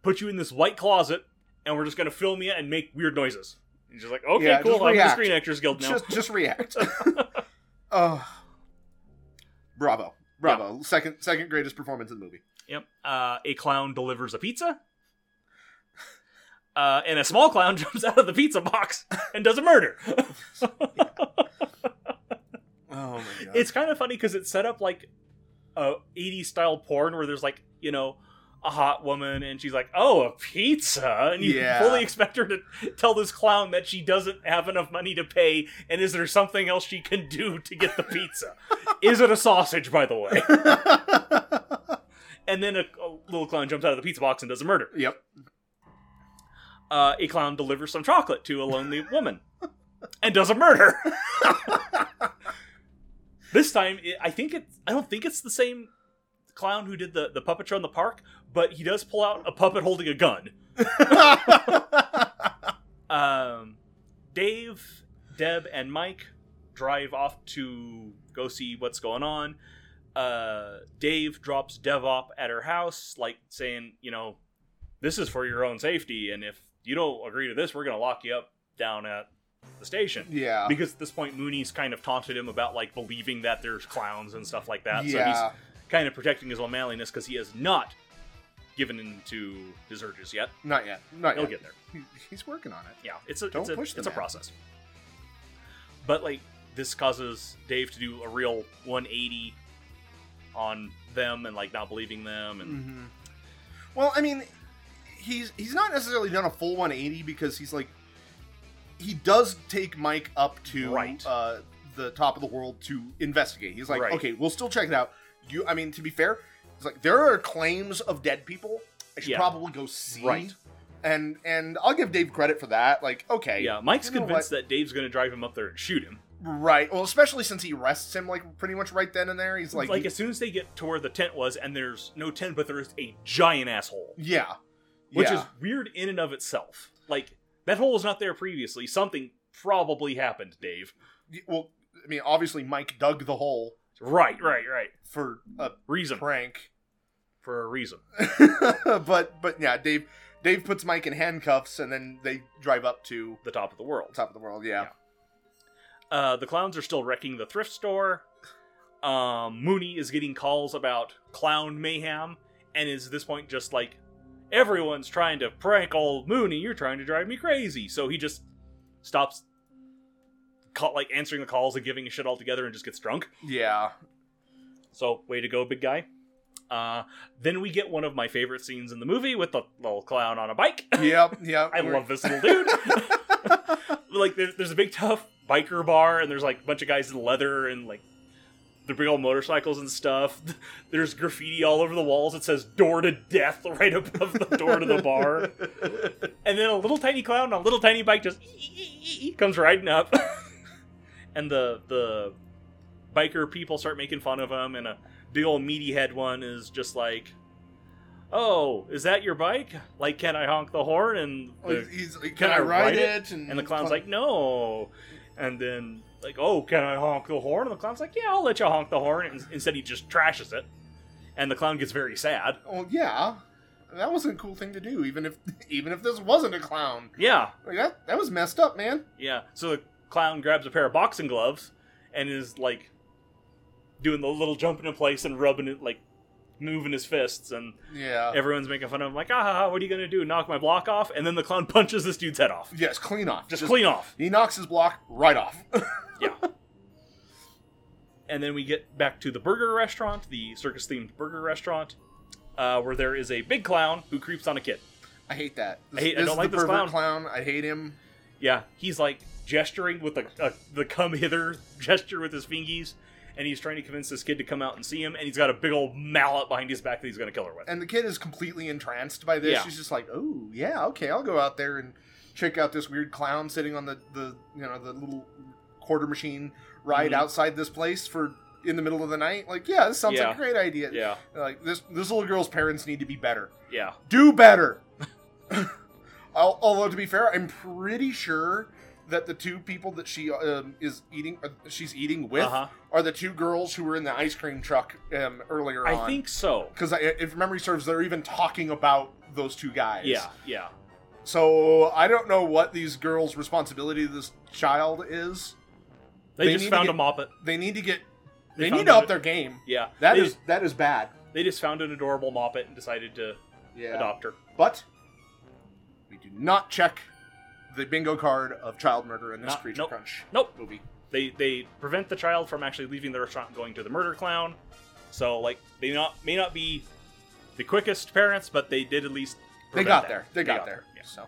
S2: put you in this white closet, and we're just gonna film you and make weird noises. And just like, okay,
S1: Yeah,
S2: cool,
S1: just
S2: I'm in the
S1: react.
S2: Screen Actors Guild now.
S1: [LAUGHS] just
S2: [LAUGHS]
S1: just react oh bravo bravo second second greatest performance in the movie
S2: Yep. Uh, a clown delivers a pizza. Uh, and a small clown [LAUGHS] jumps out of the pizza box and does a murder.
S1: oh my god
S2: [LAUGHS] it's kind of funny because it's set up like a 80s style porn where there's like, you know, a hot woman and she's like, oh, a pizza. And you
S1: Yeah.
S2: fully expect her to tell this clown that she doesn't have enough money to pay. And is there something else she can do to get the pizza? is it a sausage, by the way? And then a, a little clown jumps out of the pizza box and does a murder.
S1: yep
S2: [LAUGHS] uh, a clown delivers some chocolate to a lonely woman and does a murder. [LAUGHS] this time, it, I think it. I don't think it's the same clown who did the the puppet show in the park, but he does pull out a puppet holding a gun. Um, Dave, Deb, and Mike drive off to go see what's going on. Uh, Dave drops Dev off at her house, like saying, you know, this is for your own safety, and if you don't agree to this, we're gonna lock you up down at the station.
S1: yeah
S2: Because at this point, Mooney's kind of taunted him about like believing that there's clowns and stuff like that. So he's
S1: yeah
S2: kind of protecting his own manliness because he has not given in to his urges yet.
S1: not yet not
S2: He'll
S1: yet
S2: get there
S1: He- he's working on it
S2: yeah it's a
S1: Don't
S2: it's a,
S1: push the
S2: it's a
S1: man.
S2: process but like this causes dave to do a real 180 on them and like not believing them and
S1: mm-hmm. Well, I mean, he's he's not necessarily done a full 180 because he's like he does take Mike up to
S2: Right.
S1: uh, the top of the world to investigate. He's like,
S2: Right.
S1: okay, we'll still check it out. You, I mean, to be fair, he's like, there are claims of dead people. I should
S2: Yeah.
S1: probably go see.
S2: Right.
S1: And and I'll give Dave credit for that. Like, okay,
S2: Yeah, Mike's
S1: you know
S2: convinced that Dave's going to drive him up there and shoot him.
S1: Right. Well, especially since he arrests him like pretty much right then and there. He's
S2: Like,
S1: like,
S2: as soon as they get to where the tent was, and there's no tent, but there's a giant asshole,
S1: yeah,
S2: which
S1: Yeah.
S2: is weird in and of itself. Like that hole was not there previously. Something probably happened, Dave.
S1: well, I mean, obviously Mike dug the hole
S2: Right, right, right.
S1: for a
S2: Reason
S1: prank, [LAUGHS]
S2: for a reason.
S1: but but yeah, Dave Dave puts Mike in handcuffs and then they drive up to
S2: The top of the world.
S1: the top of the world. Yeah,
S2: Uh, the clowns are still wrecking the thrift store. Um, Mooney is getting calls about clown mayhem and is at this point just like, everyone's trying to prank old Mooney. You're trying to drive me crazy. So he just stops, call, like answering the calls and giving a shit altogether and just gets drunk.
S1: yeah,
S2: So way to go, big guy. Uh, then we get one of my favorite scenes in the movie with the little clown on a bike.
S1: yep, yep.
S2: [LAUGHS] I love this little dude. like there's, there's a big tough biker bar and there's like a bunch of guys in leather and like the big old motorcycles and stuff. [LAUGHS] There's graffiti all over the walls that says door to death [LAUGHS] right above the door to the
S1: [LAUGHS]
S2: bar. And then a little tiny clown on a little tiny bike just [LAUGHS] comes riding up. [LAUGHS] and the the biker people start making fun of him and a big old meaty head one is just like Oh, is that your bike? Like, can I honk the horn? And the
S1: He's, he's, can, I ride, it?
S2: and the clown's like, no. And then, like, oh, can I honk the horn? And the clown's like, yeah, I'll let you honk the horn. And instead, he just trashes it. And the clown gets very sad.
S1: well, "Oh, yeah, that was a cool thing to do. Even if [LAUGHS] even if this wasn't a clown,
S2: Yeah,
S1: like, that that was messed up, man.
S2: yeah. So the clown grabs a pair of boxing gloves and is, like, doing the little jumping in place and rubbing it, like, moving his fists. And
S1: Yeah.
S2: everyone's making fun of him, like, ah, ha, ha, what are you going to do? Knock my block off? And then the clown [LAUGHS] punches this dude's head off.
S1: yes, clean off.
S2: Just clean off.
S1: He knocks his block right off. [LAUGHS]
S2: yeah. And then we get back to the burger restaurant, the circus themed burger restaurant, uh, where there is a big clown who creeps on a kid.
S1: I hate that.
S2: I hate- I
S1: is
S2: don't like
S1: the
S2: this
S1: pervert clown. I hate him.
S2: Yeah, he's like gesturing with the, uh, the come hither [LAUGHS] gesture with his fingies, and he's trying to convince this kid to come out and see him, and he's got a big old mallet behind his back that he's going to kill her with.
S1: And the kid is completely entranced by this.
S2: Yeah.
S1: She's just like, "Oh yeah, okay, I'll go out there and check out this weird clown sitting on the the you know the little quarter machine ride
S2: Mhm.
S1: outside this place for in the middle of the night." Like, yeah, this sounds
S2: Yeah.
S1: like a great idea.
S2: yeah,
S1: Like this this little girl's parents need to be better.
S2: yeah.
S1: Do better. [LAUGHS] Al- Although to be fair, I'm pretty sure that the two people that she um, is eating, uh, she's eating with,
S2: Uh-huh.
S1: are the two girls who were in the ice cream truck um, earlier on
S2: I think so.
S1: because if memory serves, they're even talking about those two guys.
S2: Yeah, yeah.
S1: So I don't know what these girls' responsibility to this child is.
S2: They,
S1: They need
S2: just
S1: to
S2: found
S1: get-
S2: a moppet.
S1: They need to get. They,
S2: found
S1: need to
S2: a-
S1: up their game.
S2: Yeah.
S1: That
S2: they,
S1: is that is bad.
S2: They just found an adorable moppet and decided to
S1: Yeah.
S2: adopt her.
S1: But we do not check the bingo card of child murder in this
S2: Not-
S1: creature
S2: nope.
S1: crunch
S2: Nope.
S1: movie.
S2: they they prevent the child from actually leaving the restaurant and going to the murder clown. So like they not may not be the quickest parents, but they did at least
S1: They
S2: prevent
S1: got
S2: that.
S1: there. They, got, there. So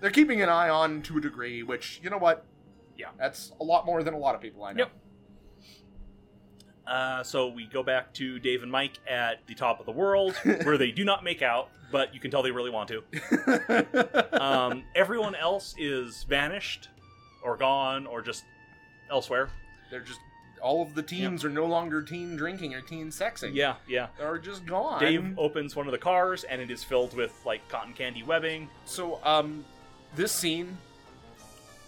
S1: they're keeping an eye on to a degree, which you know what.
S2: Yeah.
S1: That's a lot more than a lot of people I know.
S2: Yep. Uh, so we go back to Dave and Mike at the top of the
S1: [LAUGHS]
S2: world, where they do not make out, but you can tell they really want to.
S1: [LAUGHS]
S2: Um, everyone else is vanished, or gone, or just elsewhere.
S1: They're just all of the teens are no longer teen drinking or teen sexing.
S2: Yeah, yeah.
S1: they're just gone.
S2: Dave oh. opens one of the cars, and it is filled with like cotton candy webbing.
S1: So um, this scene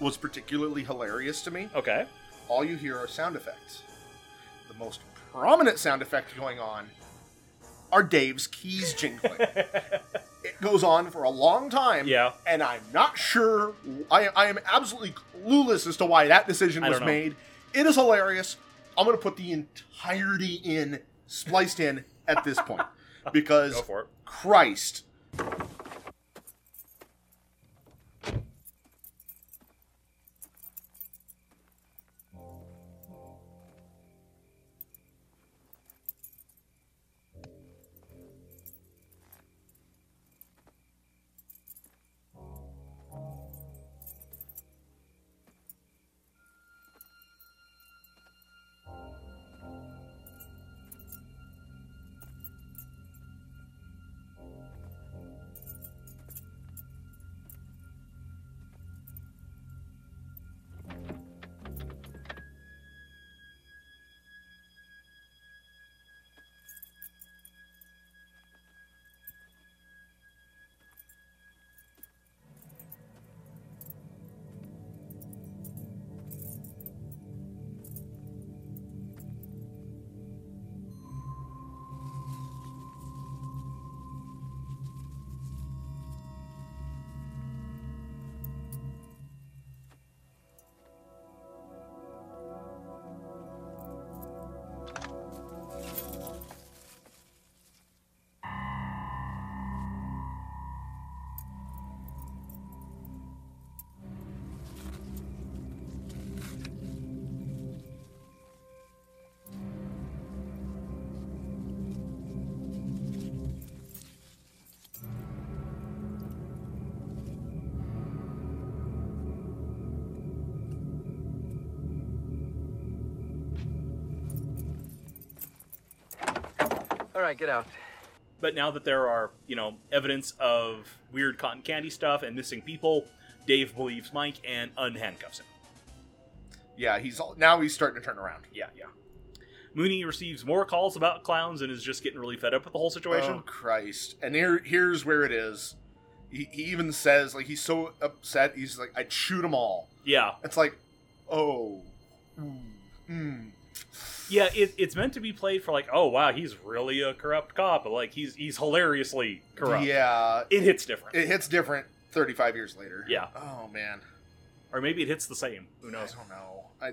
S1: was particularly hilarious to me.
S2: Okay. [LAUGHS]
S1: All you hear are sound effects. The most prominent sound effect going on are Dave's keys jingling.
S2: [LAUGHS]
S1: it goes on for a long time.
S2: Yeah.
S1: And I'm not sure. I, I am absolutely clueless as to why that decision
S2: I
S1: was
S2: don't know.
S1: made. It is hilarious. I'm going to put the entirety in, spliced in at this point.
S2: [LAUGHS]
S1: Because
S2: Go for it.
S1: Christ.
S5: All right, get out.
S2: But now that there are, you know, evidence of weird cotton candy stuff and missing people, Dave believes Mike and unhandcuffs him.
S1: Yeah, he's all, now he's starting to turn around.
S2: Yeah, yeah. Mooney receives more calls about clowns and is just getting really fed up with the whole situation.
S1: Oh Christ! And here, here's where it is. He, he even says like he's so upset. He's like, I'd shoot them all.
S2: Yeah,
S1: It's like, oh, mm, mm.
S2: yeah. It, it's meant to be played for like, oh wow, he's really a corrupt cop. But like, he's he's hilariously corrupt.
S1: yeah.
S2: it hits different,
S1: It hits different 35 years later.
S2: Yeah.
S1: Oh man.
S2: or maybe it hits the same. Who knows?
S1: I don't know. I.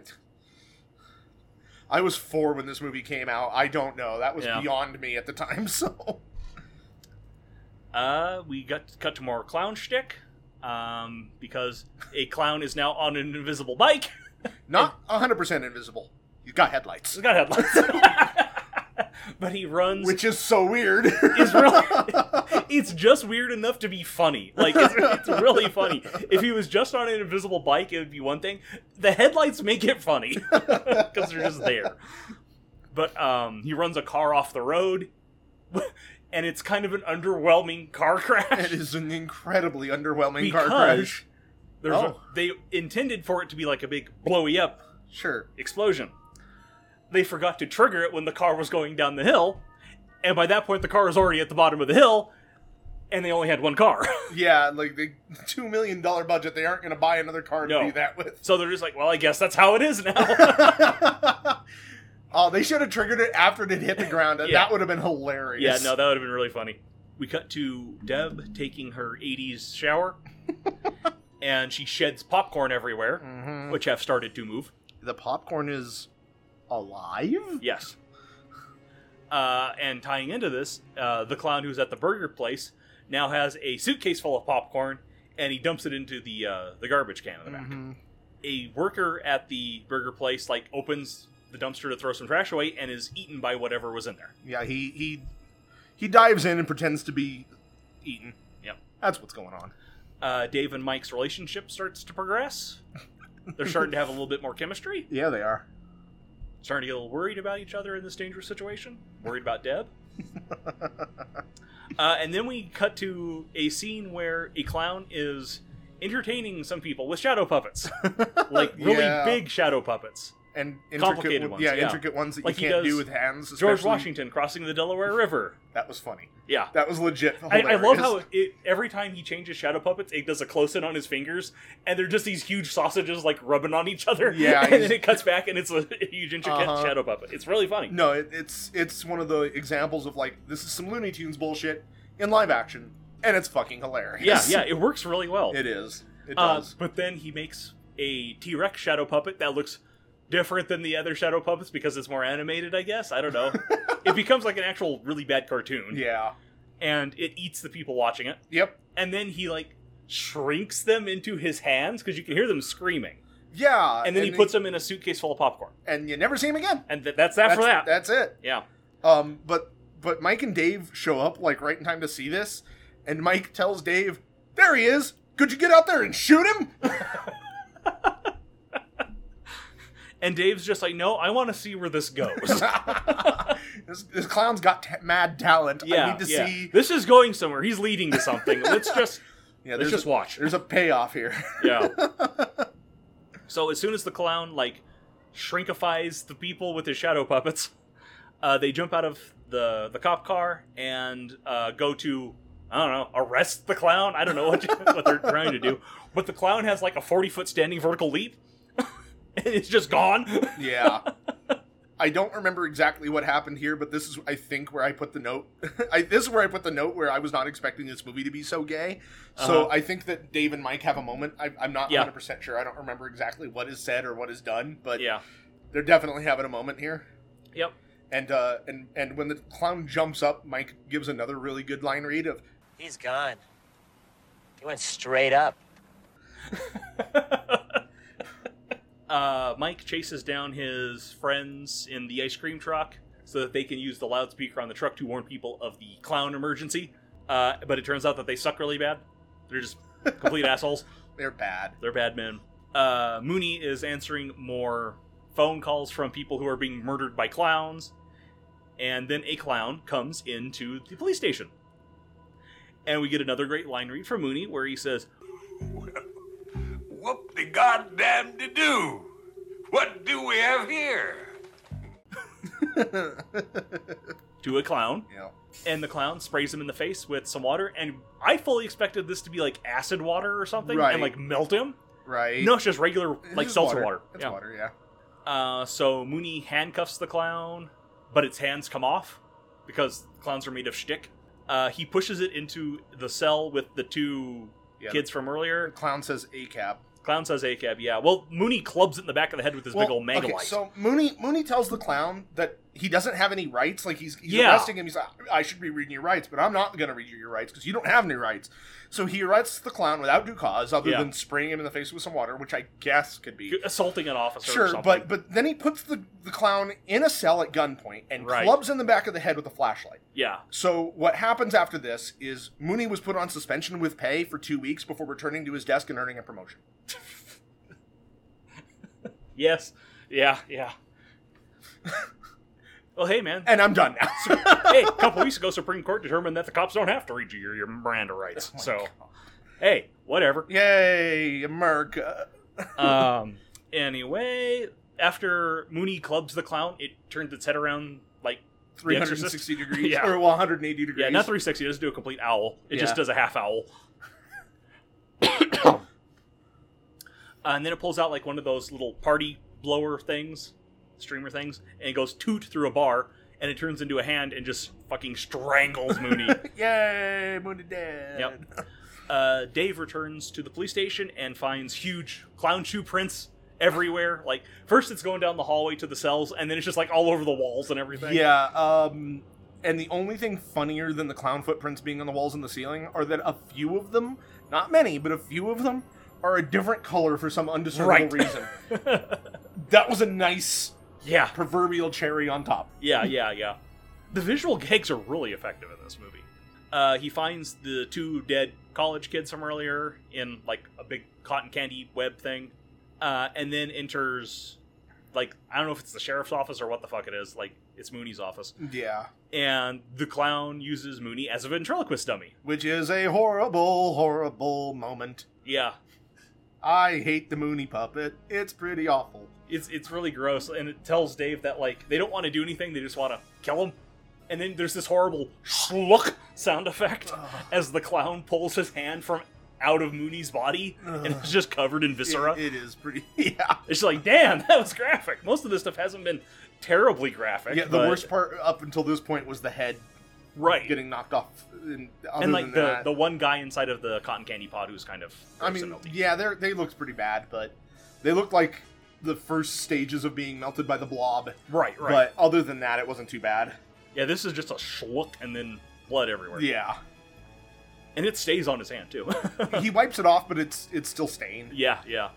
S1: I was four when this movie came out. I don't know. That was
S2: Yeah.
S1: beyond me at the time. [LAUGHS] So
S2: Uh, we got cut to more clown shtick, um, because a clown is now on an invisible bike.
S1: not 100 percent invisible. He's got headlights,
S2: He's got headlights, [LAUGHS] but he runs. [LAUGHS]
S1: which is so weird.
S2: is really it's just weird enough to be funny like it's, it's really funny if he was just on an invisible bike it would be one thing the headlights make it funny [LAUGHS] because they're just there but um he runs a car off the road [LAUGHS] and it's kind of an underwhelming car crash
S1: [LAUGHS] it is an incredibly underwhelming car
S2: Because-
S1: crash.
S2: There's a-
S1: Oh.
S2: they intended for it to be like a big blowy up
S1: Sure.
S2: explosion they forgot to trigger it when the car was going down the hill and by that point the car was already at the bottom of the hill and they only had one car [LAUGHS]
S1: Yeah, like the two million dollar budget, they aren't going to buy another car
S2: No.
S1: to do that with. [LAUGHS]
S2: So they're just like, well, I guess that's how it is now.
S1: Oh, they should have triggered it after
S2: [LAUGHS]
S1: it hit the ground. and
S2: Yeah.
S1: That would have been
S2: yeah,
S1: hilarious.
S2: no, that would have been really funny. We cut to Deb taking her 80s shower, and she sheds popcorn everywhere, which have started to move.
S1: the popcorn is alive.
S2: Yes. Uh, and tying into this, uh, the clown who's at the burger place now has a suitcase full of popcorn, and he dumps it into the uh, the garbage can in the
S1: Mm-hmm.
S2: back. A worker at the burger place like opens the dumpster to throw some trash away, and is eaten by whatever was in there.
S1: Yeah, he he he dives in and pretends to be eaten.
S2: Yep.
S1: That's what's going on.
S2: uh, Dave and Mike's relationship starts to progress. They're starting to have a little bit more chemistry.
S1: Yeah, they are.
S2: Starting to get a little worried about each other in this dangerous situation. Worried about Deb. uh, and then we cut to a scene where a clown is entertaining some people with shadow puppets, like really
S1: Yeah.
S2: big shadow puppets.
S1: And intricate
S2: Complicated
S1: one-
S2: ones,
S1: Yeah,
S2: yeah.
S1: intricate ones that
S2: Like he
S1: you can't
S2: does
S1: do with hands.
S2: George
S1: especially-
S2: Washington crossing the Delaware River.
S1: That was funny.
S2: Yeah.
S1: That was legit.
S2: I, I love
S1: Oh, hilarious.
S2: how it, every time he changes shadow puppets, it does a close in on his fingers, and they're just these huge sausages like rubbing on each other. [LAUGHS]
S1: Yeah,
S2: and
S1: he's-
S2: then it cuts back, and it's a huge intricate
S1: Uh-huh.
S2: shadow puppet. It's really funny.
S1: No, it, it's it's one of the examples of like this is some Looney Tunes bullshit in live action, and it's fucking
S2: yeah,
S1: hilarious.
S2: yeah, it works really well.
S1: [LAUGHS] it is. It
S2: Uh,
S1: does.
S2: but then he makes a T Rex shadow puppet that looks different than the other shadow puppets because it's more animated. I guess I
S1: [LAUGHS]
S2: don't know. it becomes like an actual really bad cartoon,
S1: yeah.
S2: and it eats the people watching it.
S1: Yep.
S2: And then he like shrinks them into his hands because you can hear them screaming.
S1: Yeah.
S2: and then he puts them in a suitcase full of popcorn,
S1: and you never see him again.
S2: and th- that's that for
S1: That's-
S2: that.
S1: That's it.
S2: yeah,
S1: Um, but but Mike and Dave show up like right in time to see this, and Mike tells Dave, "There he is. Could you get out there and shoot him?" [LAUGHS]
S2: and Dave's just like, no, I want to see where this
S1: [LAUGHS]
S2: goes. [LAUGHS]
S1: this, this clown's got t- mad talent.
S2: yeah,
S1: I need to
S2: yeah.
S1: see.
S2: this is going somewhere. He's leading to something. Let's just
S1: [LAUGHS] Yeah,
S2: let's
S1: there's
S2: just
S1: a,
S2: watch.
S1: There's a payoff here. [LAUGHS]
S2: Yeah. [LAUGHS] so as soon as the clown like shrinkifies the people with his shadow puppets, uh, they jump out of the the cop car and uh, go to I don't know arrest the clown. I don't know what [LAUGHS] what they're trying to do, but the clown has like a forty foot standing vertical leap, [LAUGHS] and it's just gone.
S1: yeah. I don't remember exactly what happened here, but this is, I think, where I put the note. [LAUGHS] I, this is where I put the note where I was not expecting this movie to be so gay. So
S2: Uh-huh.
S1: I think that Dave and Mike have a moment. I, I'm not
S2: Yeah.
S1: 100% sure. I don't remember exactly what is said or what is done, but
S2: yeah.
S1: they're definitely having a moment here.
S2: Yep.
S1: And uh, and and when the clown jumps up, Mike gives another really good line read of
S5: He's gone. He went straight up.
S2: Uh, Mike chases down his friends in the ice cream truck so that they can use the loudspeaker on the truck to warn people of the clown emergency. Uh, but it turns out that they suck really bad. They're just complete [LAUGHS] assholes.
S1: "They're
S2: [LAUGHS]
S1: bad."
S2: They're bad men. Uh, Mooney is answering more phone calls from people who are being murdered by clowns. and then a clown comes into the police station. And we get another great line read from Mooney where he says,
S4: Whoop the goddamn to do. What do we have here?
S2: to a clown,
S1: You know,
S2: and the clown sprays him in the face with some water. And I fully expected this to be like acid water or something
S1: Right.
S2: and like melt him.
S1: right?
S2: No, it's just regular
S1: It's
S2: like
S1: just
S2: seltzer water.
S1: It's
S2: Yeah.
S1: water, yeah.
S2: Uh, so Mooney handcuffs the clown, but its hands come off because clowns are made of shtick. Uh, he pushes it into the cell with the two
S1: Yeah,
S2: kids from earlier.
S1: Clown says A cap.
S2: Clown says ACAB, yeah. Well, Mooney clubs it in the back of the head with his big old mega
S1: okay,
S2: light.
S1: so Mooney Mooney tells the clown that he doesn't have any rights. Like he's, he's
S2: Yeah.
S1: arresting him. He's like, I should be reading your rights, but I'm not going to read you your rights because you don't have any rights. So he arrests the clown without due cause, other
S2: Yeah.
S1: than spraying him in the face with some water, which I guess could be
S2: Assaulting an officer or
S1: sure.
S2: something.
S1: But but then he puts the the clown in a cell at gunpoint and
S2: Right.
S1: clubs in the back of the head with a flashlight.
S2: yeah.
S1: So what happens after this is Mooney was put on suspension with pay for two weeks before returning to his desk and earning a promotion.
S2: Yes. Yeah,
S1: [LAUGHS]
S2: yeah. well, hey, man.
S1: And
S2: [LAUGHS]
S1: I'm done now. Oh
S2: hey, a couple weeks ago, Supreme Court determined that the cops don't have to read you your, your Miranda rights.
S1: Oh
S2: so, hey,
S1: [LAUGHS]
S2: whatever.
S1: Yay, America.
S2: um anyway after mooney clubs the clown it turns its head around like The Exorcist?
S1: 360
S2: [LAUGHS]
S1: degrees
S2: Yeah.
S1: or 180 degrees.
S2: yeah not 360 it doesn't do a complete owl it just
S1: Yeah.
S2: does a half owl Uh, and then it pulls out like one of those little party blower things streamer things and it goes toot through a bar and it turns into a hand and just fucking strangles mooney
S1: Yay, Moon to Dead.
S2: Yep. uh, Dave returns to the police station and finds huge clown shoe prints everywhere. Like first, it's going down the hallway to the cells, and then it's just like all over the walls and everything.
S1: Yeah, um and the only thing funnier than the clown footprints being on the walls and the ceiling are that a few of them, not many, but a few of them are a different color for some undiscernible
S2: Right. [LAUGHS]
S1: reason. that was a nice
S2: yeah,
S1: proverbial cherry on top.
S2: yeah, yeah, yeah. The visual gags are really effective in this movie. Uh, he finds the two dead college kids from earlier in like a big cotton candy web thing, uh, and then enters like I don't know if it's the sheriff's office or what the fuck it is. Like it's Mooney's office,
S1: Yeah.
S2: and the clown uses Mooney as a ventriloquist dummy.
S1: Which is a horrible, horrible moment.
S2: Yeah,
S1: I hate the Mooney puppet. It's pretty awful.
S2: it's it's really gross, and it tells Dave that like they don't want to do anything; they just want to kill him. And then there's this horrible schluck sound effect as the clown pulls his hand from out of Mooney's body,
S1: [LAUGHS]
S2: and it's just covered in viscera.
S1: It- it is pretty. [LAUGHS] Yeah.
S2: it's just like, damn, that was graphic. Most of this stuff hasn't been terribly graphic.
S1: Yeah, the
S2: but-
S1: worst part up until this point was the head
S2: right?
S1: getting knocked off. And, other
S2: and like
S1: than
S2: the
S1: that,
S2: the one guy inside of the cotton candy pod who's kind of
S1: I
S2: gross and
S1: mean,
S2: melty.
S1: yeah, they they looked pretty bad, but they looked like the first stages of being melted by the blob.
S2: right, right.
S1: But other than that, it wasn't too bad.
S2: yeah, this is just a schluck and then blood everywhere. [LAUGHS]
S1: Yeah,
S2: and it stays on his hand too. [LAUGHS]
S1: he wipes it off, but it's it's still stained.
S2: Yeah, yeah.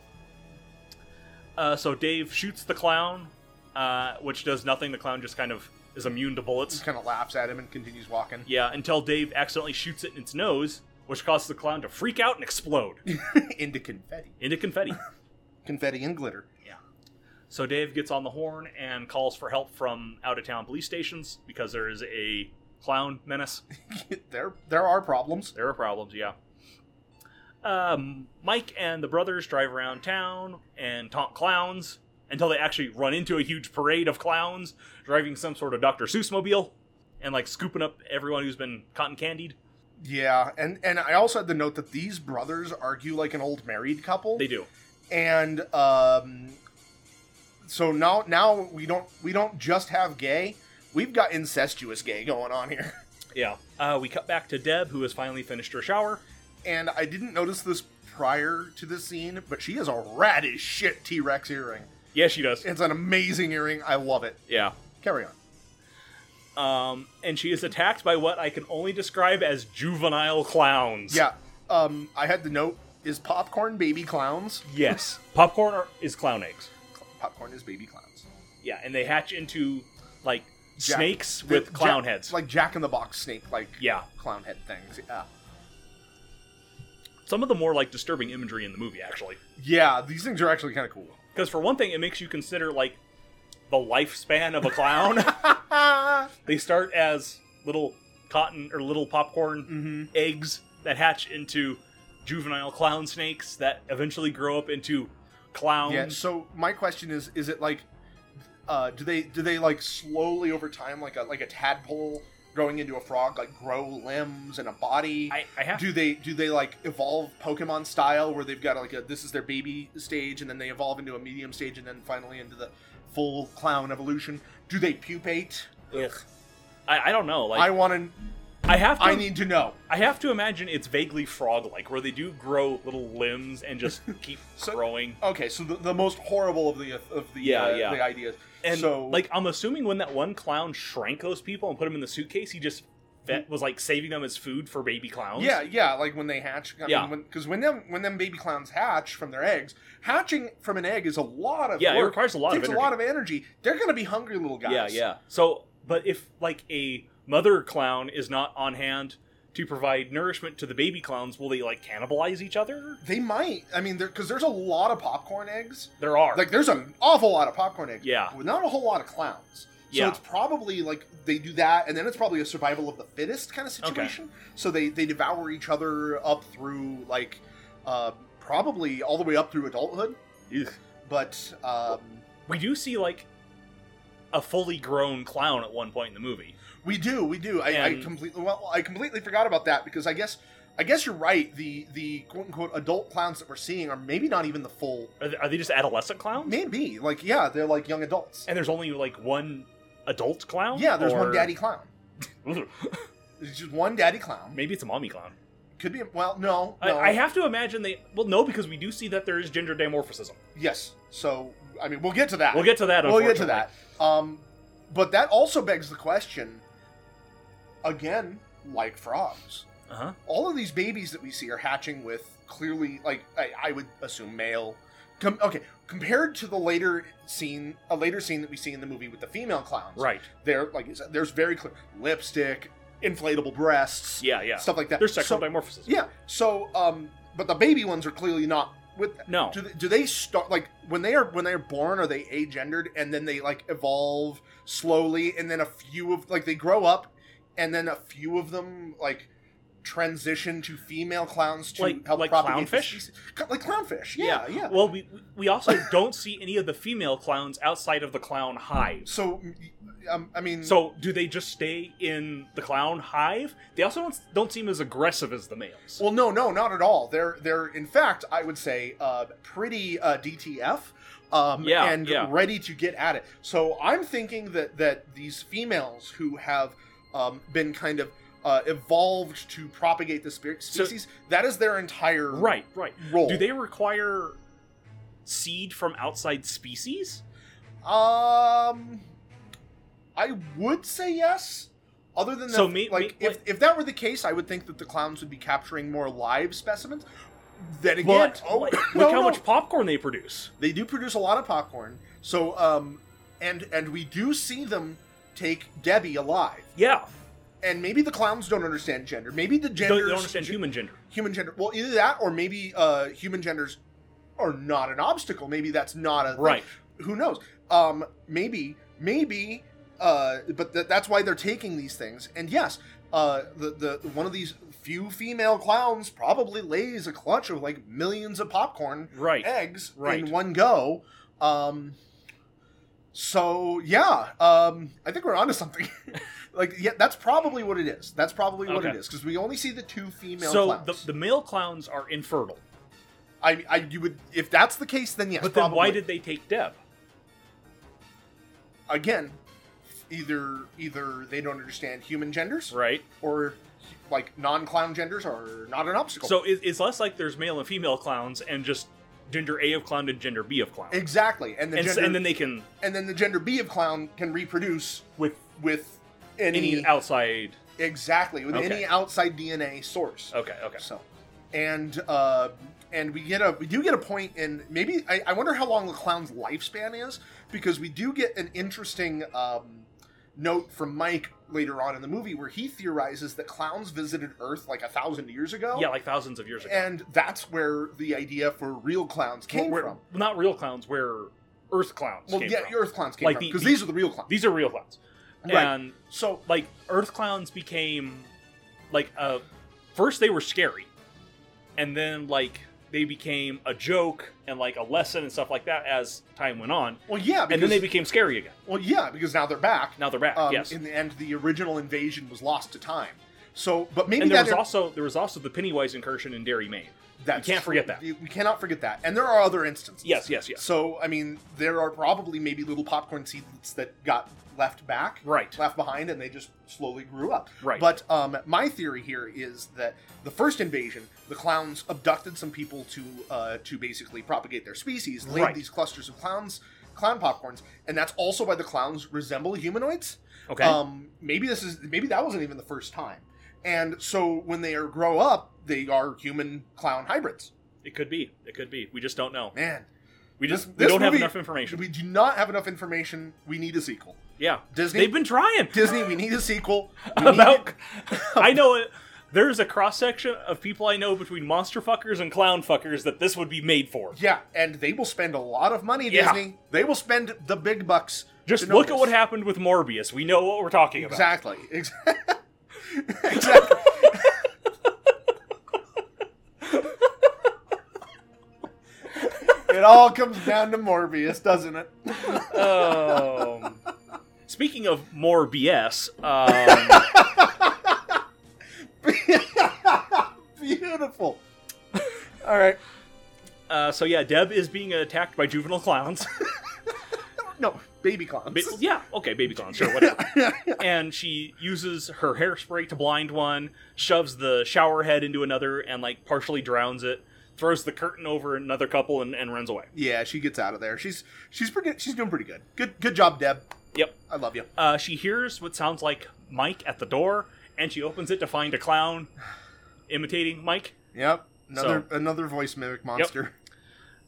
S2: Uh, so Dave shoots the clown, uh, which does nothing. The clown just kind of is immune to bullets.
S1: Just kind of laughs at him and continues walking. [LAUGHS]
S2: Yeah, until Dave accidentally shoots it in its nose, which causes the clown to freak out and explode
S1: into confetti,
S2: into confetti.
S1: confetti and glitter. [LAUGHS]
S2: So Dave gets on the horn and calls for help from out of town police stations because there is a clown menace.
S1: there there are problems.
S2: There are problems, yeah. Um, Mike and the brothers drive around town and taunt clowns until they actually run into a huge parade of clowns driving some sort of Dr. Seuss mobile and like scooping up everyone who's been cotton candied.
S1: Yeah, and and I also had to note that these brothers argue like an old married couple.
S2: They do.
S1: and um, so now now we don't we don't just have gay. We've got incestuous gay going on here.
S2: Yeah. Uh, we cut back to Deb, who has finally finished her shower.
S1: And I didn't notice this prior to this scene, but she has a rad as shit T Rex earring.
S2: Yeah, she does.
S1: It's an amazing earring. I love it.
S2: [LAUGHS] Yeah.
S1: Carry on.
S2: Um, and she is attacked by what I can only describe as juvenile clowns.
S1: Yeah. Um, I had the note is popcorn baby clowns.
S2: Yes. Popcorn are, is clown eggs.
S1: Popcorn is baby clowns.
S2: Yeah, and they hatch into like
S1: Jack-
S2: snakes
S1: they're
S2: with clown
S1: Jack-
S2: heads.
S1: Like Jack in the Box snake, like
S2: Yeah.
S1: clown head things. Yeah.
S2: some of the more like disturbing imagery in the movie actually
S1: Yeah, these things are actually kind of cool. [LAUGHS]
S2: because for one thing it makes you consider like the lifespan of a clown They start as little cotton or little popcorn
S1: Mm-hmm.
S2: eggs that hatch into juvenile clown snakes that eventually grow up into clowns.
S1: Yeah. So my question is: Is it like, uh, do they do they like slowly over time, like a like a tadpole growing into a frog, like grow limbs and a body?
S2: I, I have
S1: do they do they like evolve Pokemon style, where they've got like a this is their baby stage, and then they evolve into a medium stage, and then finally into the full clown evolution? Do they pupate?
S2: Ugh. I, I don't know.
S1: I
S2: Like
S1: want to.
S2: I, have to
S1: I need to know.
S2: I have to imagine it's vaguely frog-like, where they do grow little limbs and
S1: [LAUGHS]
S2: just keep
S1: So-
S2: growing.
S1: Okay, so the, the most horrible of the of the
S2: Yeah,
S1: uh,
S2: yeah.
S1: the ideas.
S2: And
S1: so
S2: like, I'm assuming when that one clown shrank those people and put them in the suitcase, he just fed, was like saving them as food for baby clowns.
S1: Mm-hmm. Yeah, yeah, like when they hatch. I
S2: Yeah.
S1: because when, them when them baby clowns hatch from their eggs, hatching from an egg is a lot of
S2: Yeah, it
S1: work.
S2: requires a lot of
S1: takes
S2: energy.
S1: a lot of energy. They're gonna be hungry little guys.
S2: yeah, yeah. So, but if like a mother clown is not on hand to provide nourishment to the baby clowns, will they like cannibalize each other?
S1: They might. I mean, because there's a lot of popcorn eggs.
S2: There are
S1: Like, there's an awful lot of popcorn eggs.
S2: Yeah.
S1: But not a whole lot of clowns. So
S2: Yeah.
S1: it's probably like they do that, and then it's probably a survival of the fittest kind of situation. So they they devour each other up through like uh, probably all the way up through adulthood. But um,
S2: we do see like a fully grown clown at one point in the movie.
S1: We do, we do. I, I
S2: And-
S1: completely well, I completely forgot about that because I guess I guess you're right. The the quote unquote adult clowns that we're seeing are maybe not even the full.
S2: Are they, are they just adolescent clowns?
S1: Maybe like yeah, they're like young adults.
S2: And there's only like one adult clown.
S1: Yeah, there's one
S2: Or-
S1: daddy clown. There's just one daddy clown.
S2: Maybe it's a mommy clown.
S1: Could be well, no, no.
S2: I, I have to imagine they. Well, no, because we do see that there is gender dimorphism.
S1: yes. So I mean, we'll get to that.
S2: We'll get to that.
S1: we'll get to
S2: unfortunately.
S1: that. Um, but that also begs the question. Again, like frogs.
S2: Uh-huh.
S1: all of these babies that we see are hatching with clearly like I, I would assume male. Com- okay, compared to the later scene, a later scene that we see in the movie with the female clowns,
S2: Right.
S1: There, like you said, there's very clear lipstick, inflatable breasts,
S2: Yeah. Yeah.
S1: stuff like that.
S2: There's sexual
S1: So-
S2: dimorphism.
S1: yeah. So, um, but the baby ones are clearly not with. That.
S2: No.
S1: Do they, do they start like when they are when they are born? Are they agendered and then they like evolve slowly and then a few of like they grow up and then a few of them like transition to female clowns to
S2: Like-
S1: help
S2: like
S1: propagate the
S2: clownfish?
S1: species? Cl- like clownfish. Yeah, yeah.
S2: Well, we we also [LAUGHS] don't see any of the female clowns outside of the clown hives.
S1: So, um, I mean,
S2: So do they just stay in the clown hive? They also don't, don't seem as aggressive as the males.
S1: Well, no, no, not at all. They're they're in fact, I would say, uh, pretty uh, DTF, um,
S2: Yeah,
S1: and
S2: yeah.
S1: ready to get at it. So I'm thinking that that these females who have um, been kind of uh, evolved to propagate the spirit
S2: So-
S1: species, that is their entire
S2: right. Right.
S1: role.
S2: Do they require seed from outside species?
S1: Um, I would say yes. Other than that,
S2: So me-
S1: like
S2: me-
S1: if, if that were the case, I would think that the clowns would be capturing more live specimens. Then again,
S2: But
S1: oh,
S2: like, look
S1: no,
S2: how
S1: no.
S2: much popcorn they produce.
S1: they do produce a lot of popcorn so um and and we do see them take debbie alive
S2: Yeah.
S1: and maybe the clowns don't understand gender maybe the
S2: Don't,
S1: genders
S2: they don't understand human gender.
S1: human gender well either that or maybe uh human genders are not an obstacle maybe that's not a thing.
S2: Right.
S1: who knows um maybe maybe uh but th- that's why they're taking these things and yes uh the the one of these few female clowns probably lays a clutch of like millions of popcorn
S2: Right.
S1: eggs
S2: Right.
S1: in one go. Um, so yeah, um, I think we're onto something. [LAUGHS] like, yeah, that's probably what it is. That's probably what it
S2: Okay.
S1: is because we only see the two female
S2: so
S1: clowns.
S2: the, the male clowns are infertile.
S1: I, I, you would, if that's the case, then yes.
S2: but then why
S1: probably.
S2: did they take Deb?
S1: again? Either, either they don't understand human genders,
S2: Right.
S1: or like non-clown genders are not an obstacle.
S2: So it, it's less like there's male and female clowns and just gender A of clown and gender B of clown.
S1: exactly, and the
S2: And, s-
S1: gender,
S2: and then they can
S1: and then the gender B of clown can reproduce
S2: with
S1: with any,
S2: any outside.
S1: Exactly, with
S2: Okay.
S1: any outside DNA source.
S2: Okay, okay.
S1: So, and uh, and we get a we do get a point in maybe I, I wonder how long the clown's lifespan is because we do get an interesting um, note from Mike later on in the movie where he theorizes that clowns visited Earth like a thousand years ago.
S2: Yeah, like thousands of years ago.
S1: and that's where the idea for real clowns came
S2: Where-
S1: from.
S2: Not real clowns, where Earth clowns
S1: Well,
S2: came
S1: yeah,
S2: from.
S1: Earth clowns came
S2: Like
S1: from
S2: the-
S1: because
S2: the-
S1: these are the real clowns.
S2: These are real clowns. and
S1: So
S2: like Earth clowns became like a first they were scary, and then like they became a joke and like a lesson and stuff like that as time went on,
S1: well, yeah, because,
S2: and then they became scary again.
S1: well, yeah, because now they're back.
S2: Now they're back. [LAUGHS]
S1: um,
S2: yes,
S1: In the end, the original invasion was lost to time. So, but maybe
S2: and there
S1: that
S2: was also there was also the Pennywise incursion in Derry, Maine.
S1: That's
S2: You can't
S1: true.
S2: forget that.
S1: We cannot forget that. And there are other instances.
S2: Yes, yes, yes.
S1: So, I mean, there are probably maybe little popcorn seedlets that got left back,
S2: Right.
S1: left behind, and they just slowly grew up.
S2: Right.
S1: But um, my theory here is that the first invasion, the clowns abducted some people to uh, to basically propagate their species, laid
S2: Right.
S1: these clusters of clowns, clown popcorns, and that's also why the clowns resemble humanoids.
S2: Okay.
S1: Um, maybe this is maybe that wasn't even the first time. And so when they are grow up, they are human clown hybrids.
S2: It could be. It could be. We just don't know.
S1: Man,
S2: We just
S1: this
S2: we don't have
S1: movie-
S2: enough information.
S1: we do not have enough information. We need a sequel.
S2: yeah,
S1: Disney-
S2: They've been trying
S1: Disney, we need a sequel. We need
S2: [LAUGHS] about.
S1: [LAUGHS]
S2: [LAUGHS]
S1: it.
S2: I know it. There's a cross section of people I know between monster fuckers and clown fuckers that this would be made for.
S1: yeah, and they will spend a lot of money.
S2: Yeah.
S1: Disney, they will spend the big bucks.
S2: Just
S1: to know
S2: look at
S1: this.
S2: what happened with Morbius. We know what we're talking about.
S1: Exactly. [LAUGHS] Ex- exactly. [LAUGHS] it all comes down to Morbius, doesn't it? [LAUGHS]
S2: Um, speaking of more BS, um,
S1: Beautiful. All right.
S2: uh, so yeah, Deb is being attacked by juvenile clowns.
S1: No, baby clowns.
S2: Ba- yeah, okay, baby clowns, sure, whatever. and she uses her hairspray to blind one, shoves the shower head into another, and like partially drowns it. Throws the curtain over another couple and, and runs away.
S1: yeah, she gets out of there. She's she's pretty. She's doing pretty good. Good good job, Deb.
S2: Yep.
S1: I love you.
S2: Uh, she hears what sounds like Mike at the door, and she opens it to find a clown imitating Mike.
S1: Yep. Another another voice mimic monster.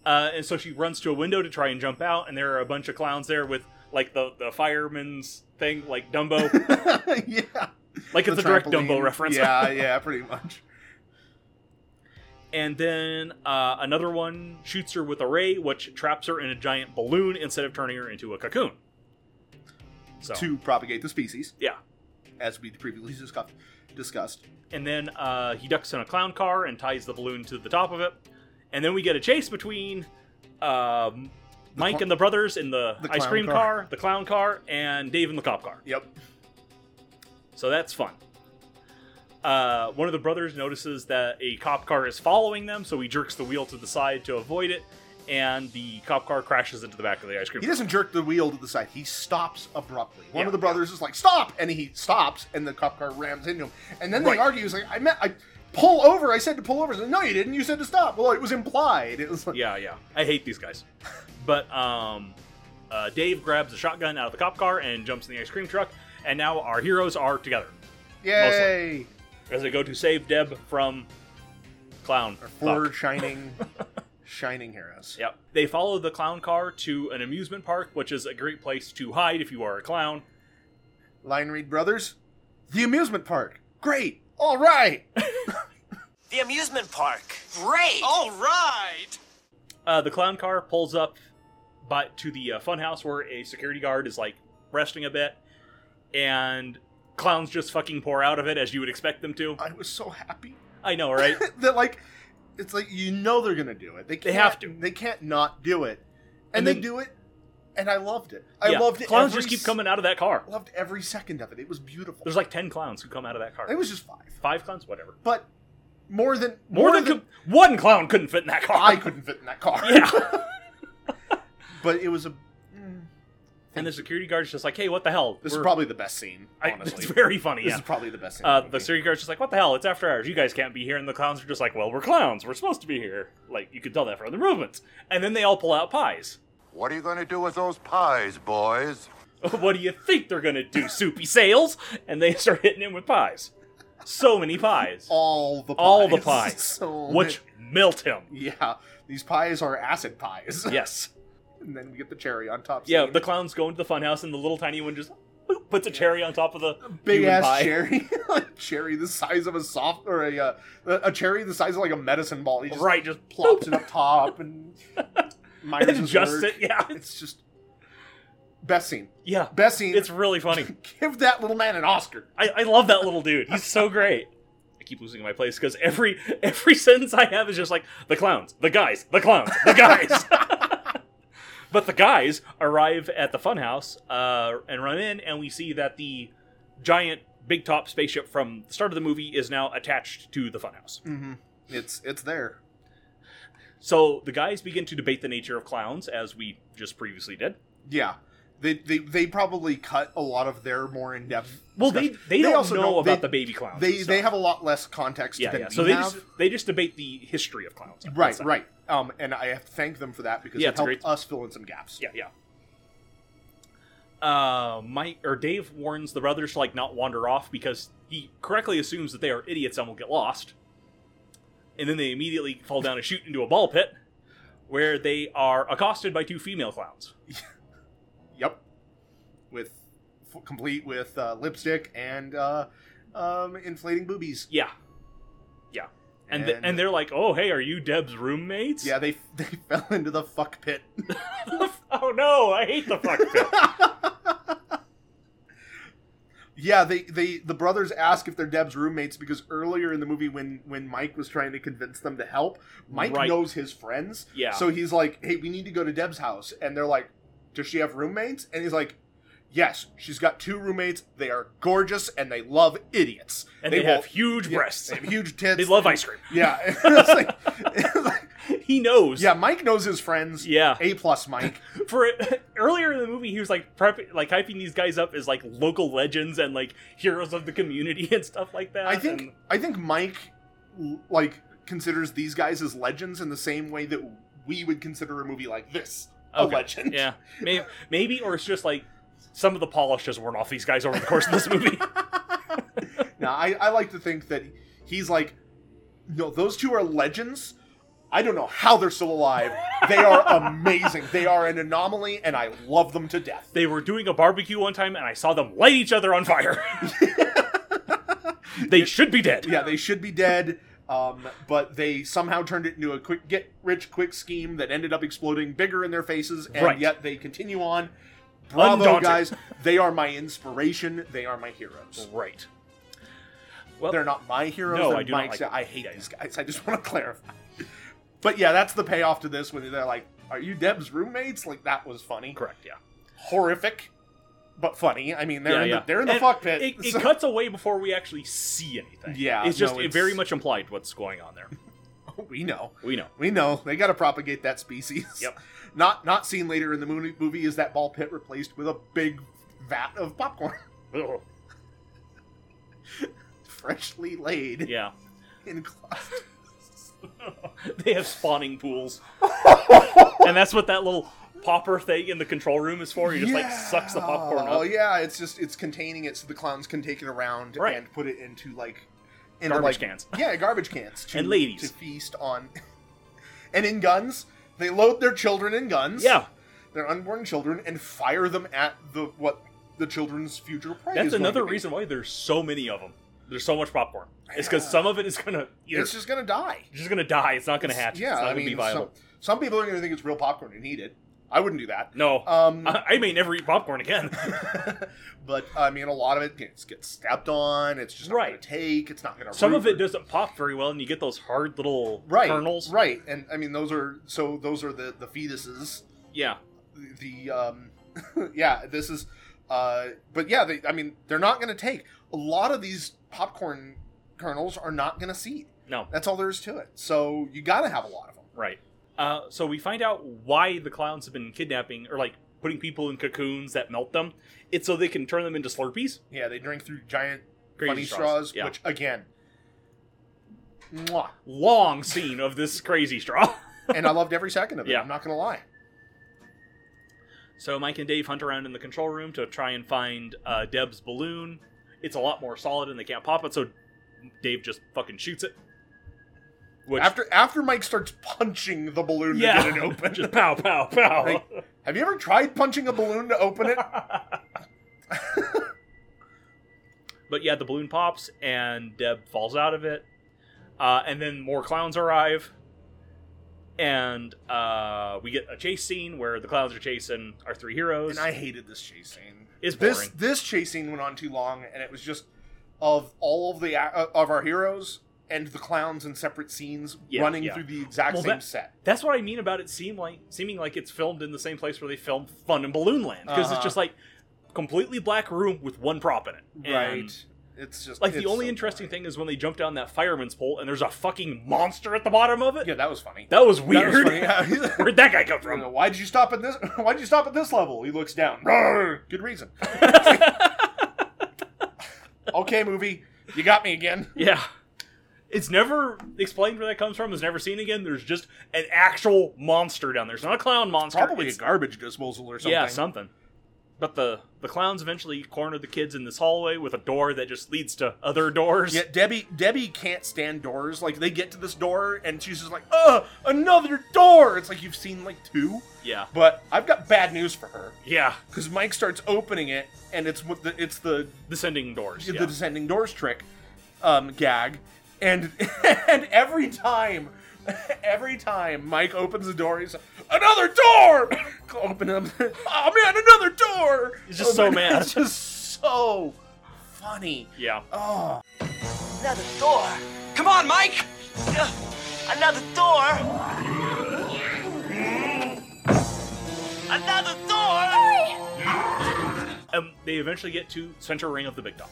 S2: Uh, and so she runs to a window to try and jump out, and there are a bunch of clowns there with like the, the fireman's thing, like
S1: [LAUGHS]
S2: Dumbo.
S1: yeah.
S2: like it's
S1: The
S2: a direct
S1: trampoline.
S2: Dumbo reference. [LAUGHS]
S1: Yeah, yeah, pretty much.
S2: and then uh, another one shoots her with a ray, which traps her in a giant balloon instead of turning her into a cocoon. So
S1: To propagate the species,
S2: yeah,
S1: as we previously discussed. Discussed.
S2: and then uh, he ducks in a clown car and ties the balloon to the top of it, and then we get a chase between um, Mike
S1: cl-
S2: and the brothers in the,
S1: The
S2: ice
S1: clown
S2: cream
S1: car.
S2: car, the clown car, and Dave in the cop car.
S1: Yep.
S2: So that's fun. Uh, one of the brothers notices that a cop car is following them, so he jerks the wheel to the side to avoid it, and the cop car crashes into the back of the ice cream.
S1: He doesn't jerk the wheel to the side. He stops abruptly. One
S2: Yeah,
S1: of the brothers is like, "Stop!" and he stops, and the cop car rams into him. And then
S2: Right.
S1: they argue. He's like, "I meant I pull over. I said to pull over." He's like, no, you didn't. You said to stop. Well, it was implied. It was like,
S2: yeah, yeah. I hate these guys. But um, uh, Dave grabs a shotgun out of the cop car and jumps in the ice cream truck, and now our heroes are together
S1: "Yay!"
S2: as they go to save Deb from Clown.
S1: Our
S2: Fuck. [LAUGHS]
S1: four shining, shining heroes.
S2: Yep. They follow the clown car to an amusement park, which is a great place to hide if you are a clown.
S1: Line Reed Brothers, the amusement park. Great. All right.
S5: The amusement park.
S6: Great! All right!
S2: Uh, the clown car pulls up by, to the uh, funhouse where a security guard is like resting a bit, and clowns just fucking pour out of it as you would expect them to.
S1: I was so happy
S2: I know, right?
S1: that like, it's like you know they're gonna do it. They
S2: They
S1: can't,
S2: have to.
S1: They can't not do it, and,
S2: And
S1: they
S2: then-
S1: do it. And I loved it. [LAUGHS] I
S2: Yeah.
S1: loved it.
S2: Clowns
S1: every
S2: just keep
S1: s-
S2: coming out of that car.
S1: loved every second of it. It was beautiful.
S2: There's like ten clowns who come out of that car.
S1: it was just five,
S2: Five clowns, whatever.
S1: but more than
S2: More, than, com- one clown couldn't fit in that [LAUGHS] car.
S1: I couldn't fit in that car.
S2: Yeah.
S1: but it was a.
S2: and the security guard's just like, "Hey, what the hell?"
S1: This is
S2: We're-
S1: probably the best scene.
S2: I-
S1: Honestly,
S2: it's very funny.
S1: this
S2: yeah.
S1: is probably the best scene.
S2: Uh,
S1: in
S2: the
S1: movie.
S2: security guard's just like, what the hell? It's after hours. You guys can't be here. And the clowns are just like, well, we're clowns. We're supposed to be here. Like, you could tell that from the movements. And then they all pull out pies. [LAUGHS]
S4: What are you going to do with those pies, boys?
S2: what do you think they're going to
S1: [LAUGHS]
S2: do, soupy sales? And they start hitting him with pies. So many pies.
S1: all the pies.
S2: All the pies.
S1: [LAUGHS] So
S2: which melt
S1: [LAUGHS]
S2: him.
S1: many- yeah, these pies are acid pies. [LAUGHS]
S2: Yes.
S1: and then we get the cherry on top.
S2: Yeah,
S1: scene.
S2: the clowns go into the funhouse, and the little tiny one just boop, puts a cherry on top of the
S1: big
S2: human
S1: ass
S2: pie. [LAUGHS]
S1: cherry, [LAUGHS] cherry the size of a soft or a uh, a cherry the size of like a medicine ball. He just
S2: Right, just [LAUGHS]
S1: plops it up top and miners
S2: and
S1: his
S2: adjusts
S1: work.
S2: it. Yeah.
S1: It's just Best scene.
S2: Yeah,
S1: Best scene. [LAUGHS]
S2: it's really funny.
S1: give that little man an Oscar.
S2: I, I love that little dude. He's so great. I keep losing my place because every every sentence I have is just like the clowns, the guys, the clowns, the guys. [LAUGHS] but the guys arrive at the funhouse uh, and run in, and we see that the giant big top spaceship from the start of the movie is now attached to the funhouse.
S1: Mm-hmm. It's it's there.
S2: So the guys begin to debate the nature of clowns, as we just previously did.
S1: Yeah. They, they, they probably cut a lot of their more in depth.
S2: Well, they they don't know, about
S1: they,
S2: the baby clowns.
S1: They
S2: and
S1: they
S2: stuff.
S1: have a lot less context
S2: yeah,
S1: than
S2: yeah.
S1: we
S2: So they
S1: have.
S2: just, they just debate the history of clowns.
S1: right,
S2: That's it.
S1: right. Um, and I have to thank them for that because
S2: Yeah,
S1: it
S2: it's a
S1: helped
S2: great-
S1: us fill in some gaps.
S2: Yeah, yeah. Uh, Mike or Dave warns the brothers to like not wander off because he correctly assumes that they are idiots and will get lost. And then they immediately fall down a chute into a ball pit, where they are accosted by two female clowns.
S1: Yep. With f- complete with uh, lipstick and uh, um, inflating boobies.
S2: Yeah, and and, and they're like, "Oh, hey, are you Deb's roommates?"
S1: yeah, they [LAUGHS] they fell into the fuck pit.
S2: [LAUGHS]
S1: [LAUGHS]
S2: oh no, I hate the fuck pit.
S1: Yeah, they, they the brothers ask if they're Deb's roommates because earlier in the movie when when Mike was trying to convince them to help, Mike
S2: Right.
S1: knows his friends.
S2: Yeah.
S1: So he's like, "Hey, we need to go to Deb's house." And they're like, "Does she have roommates?" And he's like, "Yes, she's got two roommates. They are gorgeous and they love idiots.
S2: and they,
S1: will-
S2: have huge
S1: yeah,
S2: breasts.
S1: They have huge
S2: [LAUGHS]
S1: tits.
S2: They love ice
S1: [LAUGHS]
S2: cream.
S1: Yeah. It's like- it's like-
S2: He knows.
S1: yeah, Mike knows his friends.
S2: yeah.
S1: A plus
S2: [LAUGHS]
S1: Mike.
S2: for earlier in the movie he was like prepping like hyping these guys up as like local legends and like heroes of the community [LAUGHS] and stuff like that
S1: I think
S2: and-
S1: I think Mike like considers these guys as legends in the same way that we would consider a movie like this a
S2: Okay.
S1: [LAUGHS] legend.
S2: yeah maybe, maybe or it's just like some of the polish has worn off these guys over the course of
S1: [LAUGHS]
S2: this movie
S1: Now I, I like to think that he's like, no, those two are legends. I don't know how they're still alive.
S2: [LAUGHS]
S1: They are amazing. They are an anomaly, and I love them to death.
S2: they were doing a barbecue one time and i saw them light each other on
S1: [LAUGHS]
S2: fire they should be dead
S1: Yeah, they should be dead. Um, but they somehow turned it into a quick get rich quick scheme that ended up exploding bigger in their faces, and
S2: Right.
S1: yet they continue on. Bravo,
S2: Undaunted.
S1: guys! They are my inspiration. They are my heroes.
S2: right well
S1: They're not my heroes.
S2: Oh. No,
S1: they're
S2: I do not
S1: Mike's.
S2: like-
S1: I hate
S2: yeah,
S1: these guys. I just want to clarify. But yeah, that's the payoff to this when they're like, "Are you Deb's roommates?" Like that was funny,
S2: correct yeah
S1: horrific, but funny. I mean, they're
S2: Yeah,
S1: in the,
S2: yeah.
S1: they're in the
S2: And
S1: fuck pit.
S2: it, it
S1: so- [LAUGHS]
S2: cuts away before we actually see anything
S1: Yeah,
S2: it's just
S1: no,
S2: it
S1: it's-
S2: very much implied what's going on there
S1: we know.
S2: we know
S1: We know they got to propagate that species.
S2: Yep.
S1: Not not seen later in the mo- movie is that ball pit replaced with a big vat of popcorn, [LAUGHS]
S2: Ugh.
S1: freshly laid
S2: yeah
S1: in closet.
S2: [LAUGHS] they have spawning
S1: [LAUGHS]
S2: pools. and that's what that little popper thing in the control room is for. He just like sucks the popcorn
S1: Oh
S2: up.
S1: yeah, it's just it's containing it so the clowns can take it around
S2: Right.
S1: and put it into like into,
S2: Garbage
S1: like-
S2: cans.
S1: Yeah, garbage cans
S2: [LAUGHS]
S1: to,
S2: And ladies.
S1: to feast on. [LAUGHS] and in guns, they load their children in guns.
S2: Yeah,
S1: their unborn children and fire them at the what the children's future prey.
S2: that's
S1: is going to
S2: another
S1: be.
S2: reason why there's so many of them. There's so much popcorn. It's because some of it is gonna either
S1: It's
S2: it's just,
S1: just gonna die.
S2: gonna die. It's not gonna hatch.
S1: Yeah,
S2: it's not
S1: I
S2: gonna
S1: mean,
S2: be
S1: some,
S2: viable.
S1: some people are going to think it's real popcorn and eat it. I wouldn't do that.
S2: No,
S1: Um,
S2: I, I may never eat popcorn
S1: [LAUGHS]
S2: again.
S1: but I mean, a lot of it gets, gets stepped on. It's just not going
S2: Right.
S1: to take. It's not going to.
S2: some of it doesn't pop very well, and you get those hard little
S1: Right.
S2: kernels.
S1: Right. And I mean, those are so. Those are the the fetuses.
S2: Yeah,
S1: The um, [LAUGHS] yeah. This is. Uh, but yeah, they, I mean, they're not going to take. A lot of these popcorn kernels are not going to seed.
S2: no,
S1: That's all there is to it. So you got to have a lot of them.
S2: Right. Uh, so we find out why the clowns have been kidnapping or like putting people in cocoons that melt them. It's so they can turn them into Slurpees.
S1: Yeah, they drink through giant
S2: Crazy
S1: funny straws,
S2: Yeah.
S1: which again, mwah.
S2: Long scene of this crazy straw. [LAUGHS]
S1: and I loved every second of it.
S2: Yeah.
S1: I'm not gonna lie.
S2: so Mike and Dave hunt around in the control room to try and find uh, Deb's balloon. It's a lot more solid and they can't pop it, so Dave just fucking shoots it. Which,
S1: After after Mike starts punching the balloon
S2: yeah,
S1: to get it [LAUGHS] open,
S2: just pow, pow, pow.
S1: Like, have you ever tried punching a balloon to open it?
S2: But yeah, the balloon pops and Deb falls out of it. Uh, and then more clowns arrive. and uh, we get a chase scene where the clowns are chasing our three heroes.
S1: [LAUGHS] And I hated this chase scene.
S2: It's
S1: this
S2: boring.
S1: this chase scene went on too long, and it was just of all of the a- uh, of our heroes and the clowns in separate scenes
S2: Yeah,
S1: running
S2: yeah.
S1: through the exact
S2: Well,
S1: same
S2: that-
S1: set.
S2: That's what I mean about it seem like seeming like it's filmed in the same place where they filmed Fun and Balloon Land because
S1: Uh-huh.
S2: it's just like completely black room with one prop in it. And,
S1: Right. It's just
S2: like
S1: it's
S2: the only
S1: so
S2: interesting
S1: boring.
S2: thing is when they jump down that fireman's pole and there's a fucking monster at the bottom of it.
S1: Yeah, that was funny.
S2: That was
S1: That
S2: weird.
S1: was funny. [LAUGHS] Yeah.
S2: [LAUGHS] Where'd that guy come
S1: You know,
S2: from?
S1: Why did you stop at this? [LAUGHS] Why did you stop at this level? He looks down. [LAUGHS] Roar. Good [LAUGHS] reason. okay, movie, you got me again.
S2: yeah. It's never explained where that comes from. It's never seen again. There's just an actual monster down there. It's not a clown monster.
S1: Probably a
S2: it's-
S1: garbage disposal or something.
S2: Yeah, something. But the the clowns eventually corner the kids in this hallway with a door that just leads to other doors.
S1: Yeah, Debbie Debbie can't stand doors. Like they get to this door and she's just like, "Uh, another door." It's like you've seen like two.
S2: Yeah.
S1: But I've got bad news for her
S2: Yeah.
S1: because Mike starts opening it, and it's with the it's the
S2: Descending doors.
S1: the
S2: yeah.
S1: descending doors trick um, gag, and [LAUGHS] and every time. [LAUGHS] Every time Mike opens the door, he's like, another door. [LAUGHS] Open up. Oh man, another door.
S2: He's just
S1: [LAUGHS]
S2: so mad.
S1: It's just so funny.
S2: yeah.
S1: Oh,
S5: Another door.
S6: Come on, Mike!
S5: Ugh, Another door. Another door.
S2: Um, they eventually get to center ring of the big dog.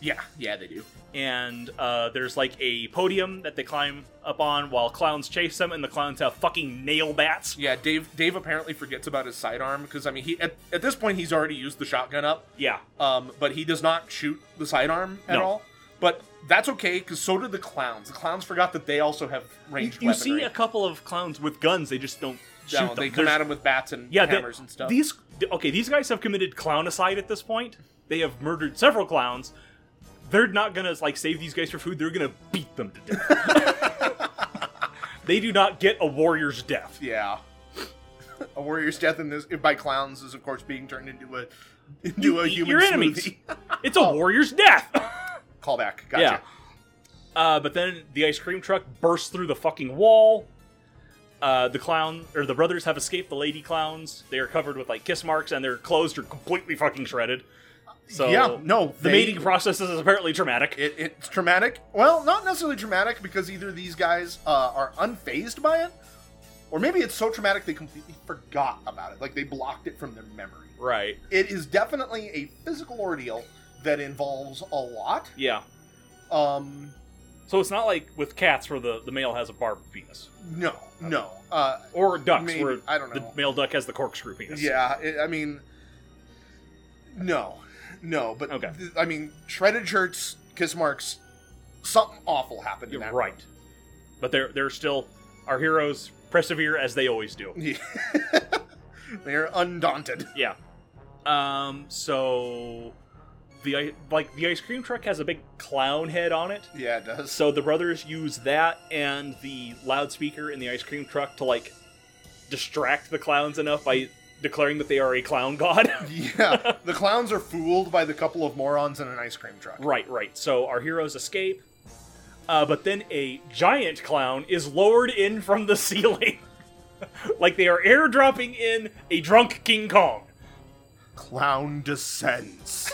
S1: yeah, yeah, they do.
S2: And uh, there's like a podium that they climb up on while clowns chase them, and the clowns have fucking nail bats.
S1: Yeah, Dave. Dave apparently forgets about his sidearm because I mean, he at, at this point he's already used the shotgun up,
S2: Yeah.
S1: um, but he does not shoot the sidearm at
S2: No.
S1: all. But that's okay because so did the clowns. The clowns forgot that they also have
S2: You,
S1: ranged
S2: you
S1: weaponry.
S2: see a couple of clowns with guns, they just don't shoot
S1: No,
S2: them.
S1: they come
S2: There's-
S1: at him with bats and
S2: yeah, they-
S1: hammers and stuff.
S2: These okay, these guys have committed clownicide at this point. They have murdered several clowns. They're not gonna like save these guys for food. They're gonna beat them to death.
S1: [LAUGHS]
S2: they do not get a warrior's death.
S1: yeah. [LAUGHS] a warrior's death in this by clowns is of course being turned into a [LAUGHS] into a
S2: Eat
S1: human
S2: your
S1: smoothie. [LAUGHS]
S2: enemies. It's a warrior's death. [LAUGHS]
S1: Callback. Gotcha.
S2: Yeah. Uh, but then the ice cream truck bursts through the fucking wall. Uh, the clown or the brothers have escaped. The lady clowns. They are covered with like kiss marks, and their clothes are completely fucking shredded. So
S1: Yeah, no,
S2: the
S1: they-
S2: mating process is apparently traumatic.
S1: It, it's traumatic. Well, not necessarily traumatic because either these guys uh, are unfazed by it, or maybe it's so traumatic they completely forgot about it. Like they blocked it from their memory.
S2: right.
S1: It is definitely a physical ordeal that involves a lot.
S2: Yeah.
S1: Um,
S2: So it's not like with cats where the, the male has a barbed penis,
S1: no, no. Uh,
S2: or ducks
S1: Maybe.
S2: where
S1: I don't
S2: the
S1: know.
S2: male duck has the corkscrew penis.
S1: Yeah, it, I mean, no, no, but
S2: Okay.
S1: th- I mean, shredded shirts, kiss marks, something awful happened. In
S2: You're
S1: that
S2: right. But they're they're still our heroes persevere as they always do.
S1: [LAUGHS] room. They're undaunted.
S2: Yeah. Um. So the i- like the ice cream truck has a big clown head on it.
S1: Yeah, it does.
S2: So the brothers use that and the loudspeaker in the ice cream truck to like distract the clowns enough by declaring that they are a clown god. [LAUGHS]
S1: [LAUGHS] Yeah, the clowns are fooled by the couple of morons in an ice cream truck.
S2: Right, right. So our heroes escape, uh, but then a giant clown is lowered in from the [LAUGHS] ceiling, like they are airdropping in a drunk King Kong.
S1: Clown descends,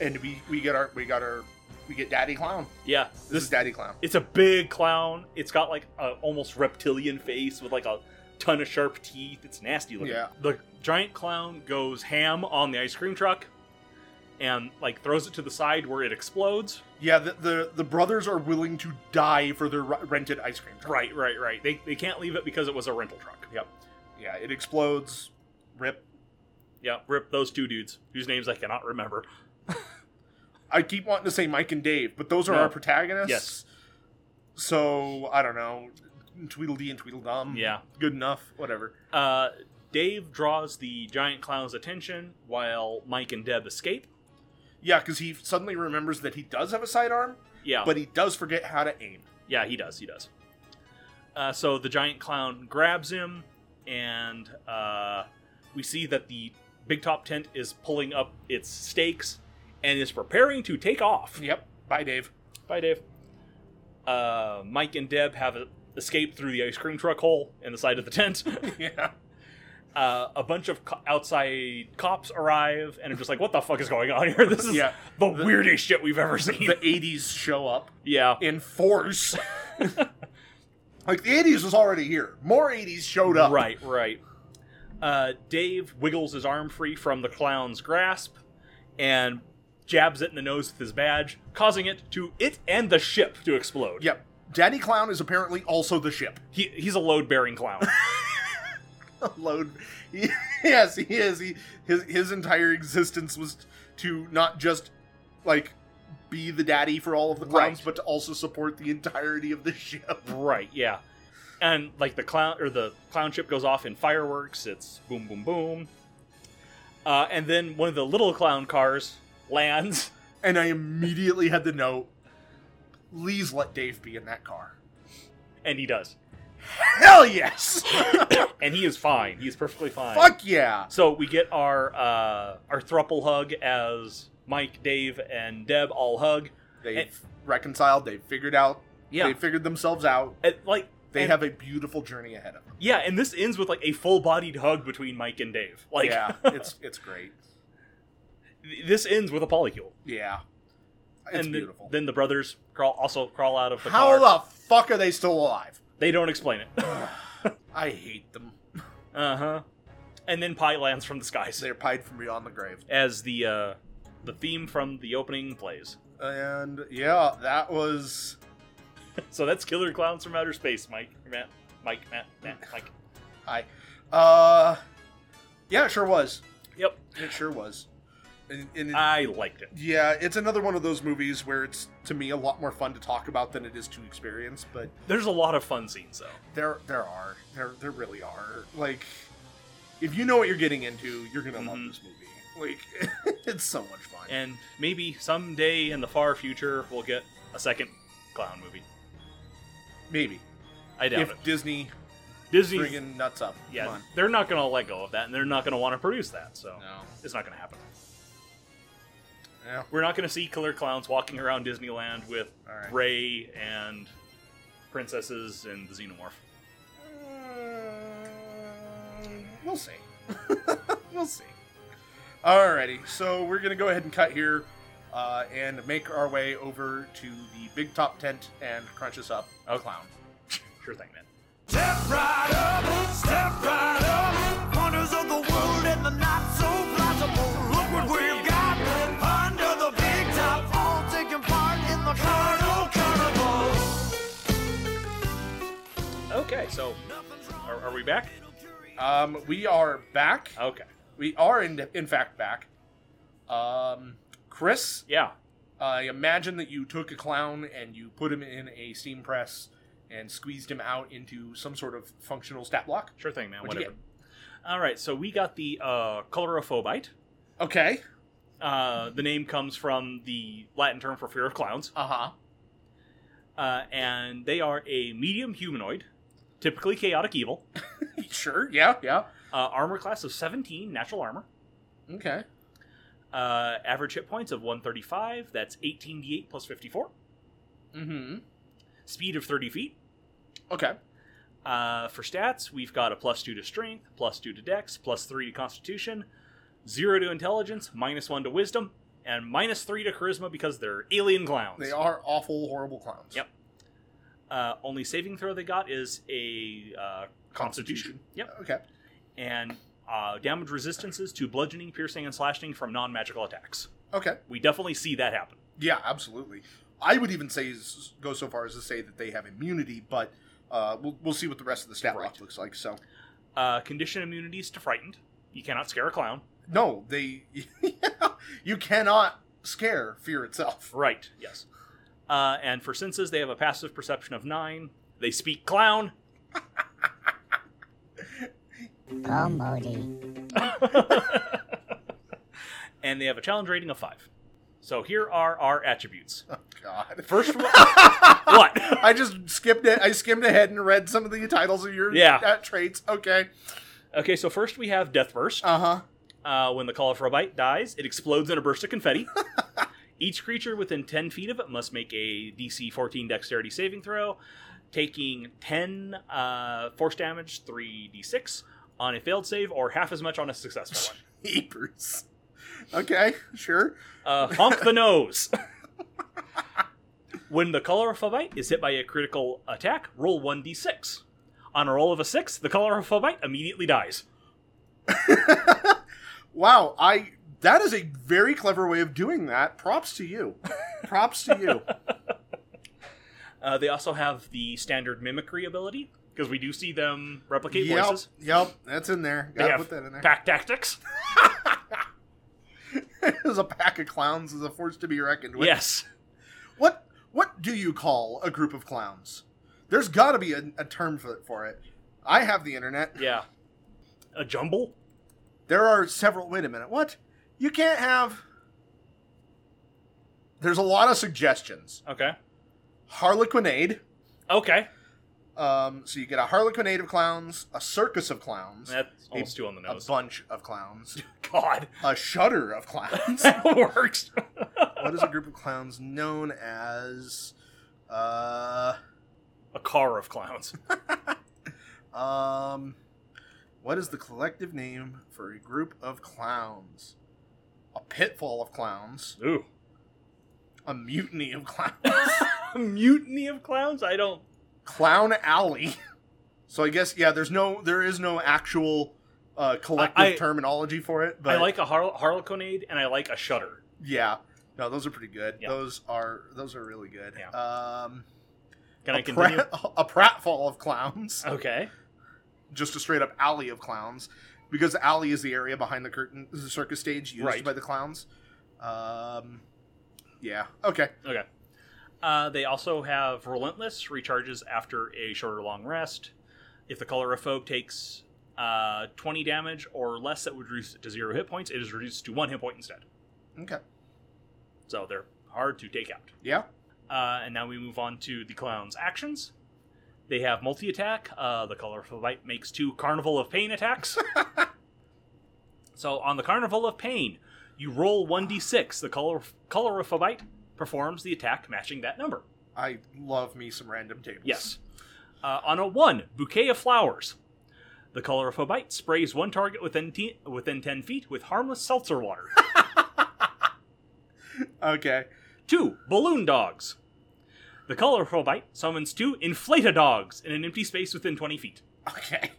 S1: and we we get our we got our we get Daddy Clown.
S2: Yeah,
S1: This,
S2: this
S1: is Daddy Clown.
S2: it's a big clown. It's got like a almost reptilian face with like a ton of sharp teeth. It's nasty looking.
S1: Yeah.
S2: The giant clown goes ham on the ice cream truck, and like throws it to the side where it explodes.
S1: Yeah, the the, the brothers are willing to die for their r- rented ice cream truck.
S2: Right, right, right. They they can't leave it because it was a rental truck.
S1: Yep. Yeah, it explodes. Rip.
S2: Yeah, rip those two dudes whose names I cannot remember.
S1: I keep wanting to say Mike and Dave, but those are
S2: No.
S1: our protagonists.
S2: Yes.
S1: So I don't know, Tweedledee and Tweedledum.
S2: Yeah.
S1: Good enough. Whatever.
S2: Uh, Dave draws the giant clown's attention while Mike and Deb escape.
S1: Yeah, because he suddenly remembers that he does have a sidearm,
S2: Yeah,
S1: but he does forget how to aim.
S2: yeah, he does, he does. Uh, so the giant clown grabs him, and uh, we see that the big top tent is pulling up its stakes and is preparing to take off.
S1: Yep. Bye, Dave. [LAUGHS]
S2: Bye, Dave. Uh, Mike and Deb have a escape through the ice cream truck hole in the side of the
S1: [LAUGHS]
S2: tent.
S1: Yeah.
S2: Uh, a bunch of co- outside cops arrive and are just like, "What the fuck is going on here? [LAUGHS] This is
S1: Yeah.
S2: the weirdest shit we've ever seen." [LAUGHS]
S1: The 80s show up
S2: yeah,
S1: in
S2: [LAUGHS]
S1: force. [LAUGHS] like, the 80s was already here. More 80s showed up.
S2: Right, right. Uh, Dave wiggles his arm free from the clown's grasp and jabs it in the nose with his badge, causing it to it and the ship to explode.
S1: Yep. Daddy Clown is apparently also the ship.
S2: He, he's a load bearing clown.
S1: Load. yes, [LAUGHS] he is. He, his, his entire existence was to not just, like, be the daddy for all of the clowns,
S2: Right.
S1: but to also support the entirety of the ship.
S2: right, yeah. And like the clown or the clown ship goes off in fireworks, it's boom boom boom. Uh, and then one of the little clown cars lands.
S1: And I immediately had the note please let Dave be in that car.
S2: And he does.
S1: Hell yes! [LAUGHS]
S2: And he is fine. He is perfectly fine.
S1: Fuck yeah!
S2: So we get our uh, our thruple hug as Mike, Dave, and Deb all hug.
S1: They've
S2: And-
S1: reconciled. They've figured out.
S2: Yeah.
S1: They figured themselves out.
S2: And, like
S1: They
S2: and-
S1: have a beautiful journey ahead of them.
S2: yeah, and this ends with like a full bodied hug between Mike and Dave. Like [LAUGHS]
S1: yeah, it's it's great.
S2: this ends with a polycule.
S1: Yeah, it's
S2: and th-
S1: beautiful.
S2: then the brothers crawl also crawl out of the
S1: How
S2: car.
S1: the fuck are they still alive?
S2: They don't explain it. [LAUGHS]
S1: I hate them.
S2: uh huh. And then pie lands from the skies
S1: They're pied from beyond the grave.
S2: as the uh, the theme from the opening plays. [LAUGHS]
S1: And yeah, that was
S2: so that's Killer Clowns from Outer Space, Mike, Matt, Mike, Matt, Matt, Mike.
S1: I. Uh, yeah, it sure was.
S2: Yep,
S1: It sure was. And, and it-
S2: I liked it.
S1: yeah, it's another one of those movies where it's to me a lot more fun to talk about than it is to experience. But
S2: There's a lot of fun scenes though.
S1: There, there are. There, there really are. Like, if you know what you're getting into, you're gonna love
S2: Mhm.
S1: this movie. Like, [LAUGHS] it's so much fun.
S2: and maybe someday in the far future we'll get a second clown movie.
S1: Maybe
S2: I doubt
S1: if
S2: it.
S1: Disney
S2: Disney,
S1: friggin' nuts up.
S2: yeah,
S1: Come
S2: they're not going to let go of that, and they're not going to want to produce that, so
S1: on. No.
S2: it's not going to happen.
S1: Yeah.
S2: We're not going to see killer clowns walking around Disneyland with
S1: All right.
S2: Ray and princesses and the xenomorph.
S1: Mm, We'll see. [LAUGHS] we'll see. Alrighty, so we're gonna go ahead and cut here, uh, and make our way over to the big top tent and crunch us up a Oh, clown.
S2: Sure thing, man.
S7: Step right up, step right up. Wonders of the world and the not so plausible. Look what we've got under the big top. All taking part in the carnal carnival.
S2: Okay, so are, are we back?
S1: Um, we are back.
S2: Okay,
S1: We are, in, in fact, back. Um, Chris,
S2: yeah,
S1: I imagine that you took a clown and you put him in a steam press and squeezed him out into some sort of functional stat block.
S2: sure thing, man.
S1: What'd you
S2: Whatever. All right, so we got the uh, colorophobite.
S1: Okay.
S2: Uh, the name comes from the Latin term for fear of clowns.
S1: Uh huh.
S2: uh, and they are a medium humanoid, typically chaotic evil,
S1: Sure. Yeah. Yeah.
S2: uh, armor class of 17, natural armor,
S1: Okay.
S2: uh, average hit points of 135, that's 18d8 plus 54,
S1: Mm
S2: Mm-hmm.
S1: hmm.
S2: speed of 30 feet.
S1: Okay.
S2: Uh, for stats, we've got a plus 2 to strength, plus 2 to dex, plus 3 to constitution, 0 to intelligence, minus 1 to wisdom, and minus 3 to charisma because they're alien clowns.
S1: They are awful, horrible clowns.
S2: Yep. Uh, only saving throw they got is a uh, constitution. Yep.
S1: Okay.
S2: and uh, damage resistances to bludgeoning, piercing, and slashing from non-magical attacks.
S1: Okay.
S2: We definitely see that happen.
S1: Yeah. Absolutely. I would even say s- go so far as to say that they have immunity, but uh, we'll, we'll see what the rest of the stat block looks like. So.
S2: Uh, condition immunities to frightened. You cannot scare a clown.
S1: No, they. [LAUGHS] you cannot scare fear itself.
S2: Right. Yes. Uh, and for senses, they have a passive perception of nine. They speak clown.
S8: Oh, Modi.
S2: [LAUGHS] and they have a challenge rating of five. So here are our attributes.
S1: God. [LAUGHS]
S2: First one. what? [LAUGHS]
S1: I just skipped it. I skimmed ahead and read some of the titles of your
S2: Yeah.
S1: uh, traits. Okay.
S2: Okay, so first we have Death Burst.
S1: Uh [LAUGHS] huh.
S2: Uh, when the Colophobite dies, it explodes in a burst of confetti. Each creature within 10 feet of it must make a DC 14 dexterity saving throw. taking 10 uh, force damage, 3d6 on a failed save, or half as much on a successful
S1: [LAUGHS]
S2: one.
S1: Heapers. Okay, sure.
S2: Uh, honk the nose. when the color of a bite is hit by a critical attack, roll 1d6. On a roll of a 6, the color of a bite immediately dies.
S1: Wow, I that is a very clever way of doing that. Props to you. Props to
S2: [LAUGHS]
S1: you.
S2: Uh, they also have the standard mimicry ability, because we do see them replicate
S1: yep,
S2: voices.
S1: yep, that's in there.
S2: They
S1: Gotta
S2: have
S1: put that in there.
S2: pack tactics.
S1: [LAUGHS] There's a pack of clowns is a force to be reckoned with.
S2: Yes.
S1: What what do you call a group of clowns? There's got to be a, a term for it, for it. I have the internet.
S2: Yeah. A jumble?
S1: There are several. Wait a minute. What? You can't have. There's a lot of suggestions.
S2: Okay.
S1: Harlequinade.
S2: Okay.
S1: Um, so you get a harlequinade of clowns, a circus of clowns,
S2: That's almost two on the
S1: a
S2: nose.
S1: bunch of clowns, [LAUGHS]
S2: God.
S1: a shudder
S2: [LAUGHS]
S1: of clowns.
S2: That works.
S1: what is a group of clowns known as? Uh,
S2: A car of clowns.
S1: um, what is the collective name for a group of clowns? A pitfall of clowns,
S2: [LAUGHS] Ooh.
S1: a mutiny of clowns.
S2: [LAUGHS] A mutiny of clowns? I don't.
S1: Clown Alley. So I guess yeah, there's no there is no actual uh, collective
S2: I- I-
S1: terminology for it, but
S2: I like a har- harlequinade and I like a shudder.
S1: yeah. No, those are pretty good.
S2: Yeah.
S1: Those are those are really good.
S2: Yeah.
S1: Um
S2: Can I
S1: a,
S2: continue?
S1: prat- a pratfall
S2: [LAUGHS]
S1: of clowns,
S2: Okay.
S1: just a straight up alley of clowns because the alley is the area behind the curtain the circus stage used
S2: Right.
S1: by the clowns. Um yeah. Okay.
S2: Okay. Uh, they also have relentless recharges after a short or long rest. If the color of foe takes uh, 20 damage or less, that would reduce it to zero hit points. It is reduced to one hit point instead.
S1: Okay.
S2: So they're hard to take out.
S1: Yeah.
S2: Uh, and now we move on to the clown's actions. They have multi attack. Uh, the colorful light makes two Carnival of Pain attacks. so on the Carnival of Pain, you roll 1d6. The color, color of light performs the attack matching that number.
S1: I love me some random tables.
S2: Yes. Uh, on a 1, Bouquet of Flowers. The color of Hobite sprays one target within, te- within 10 feet with harmless seltzer water. [LAUGHS]
S1: Okay.
S2: 2. Balloon Dogs. The color of Hobite summons two inflata dogs in an empty space within 20 feet.
S1: Okay.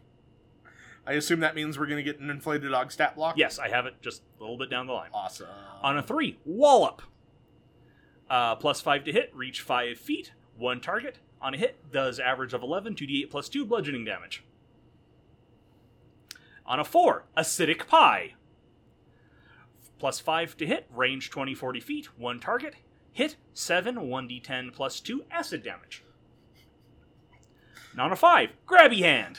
S1: I assume that means we're going to get an inflated dog stat block?
S2: Yes, I have it just a little bit down the line.
S1: Awesome.
S2: On a three, wallop. Uh, plus five to hit, reach five feet, one target. On a hit, does average of 11, 2d8 plus 2 bludgeoning damage. On a four, acidic pie. Plus five to hit, range 20, 40 feet, one target. Hit, seven, 1d10 plus 2 acid damage. And on a five, grabby hand.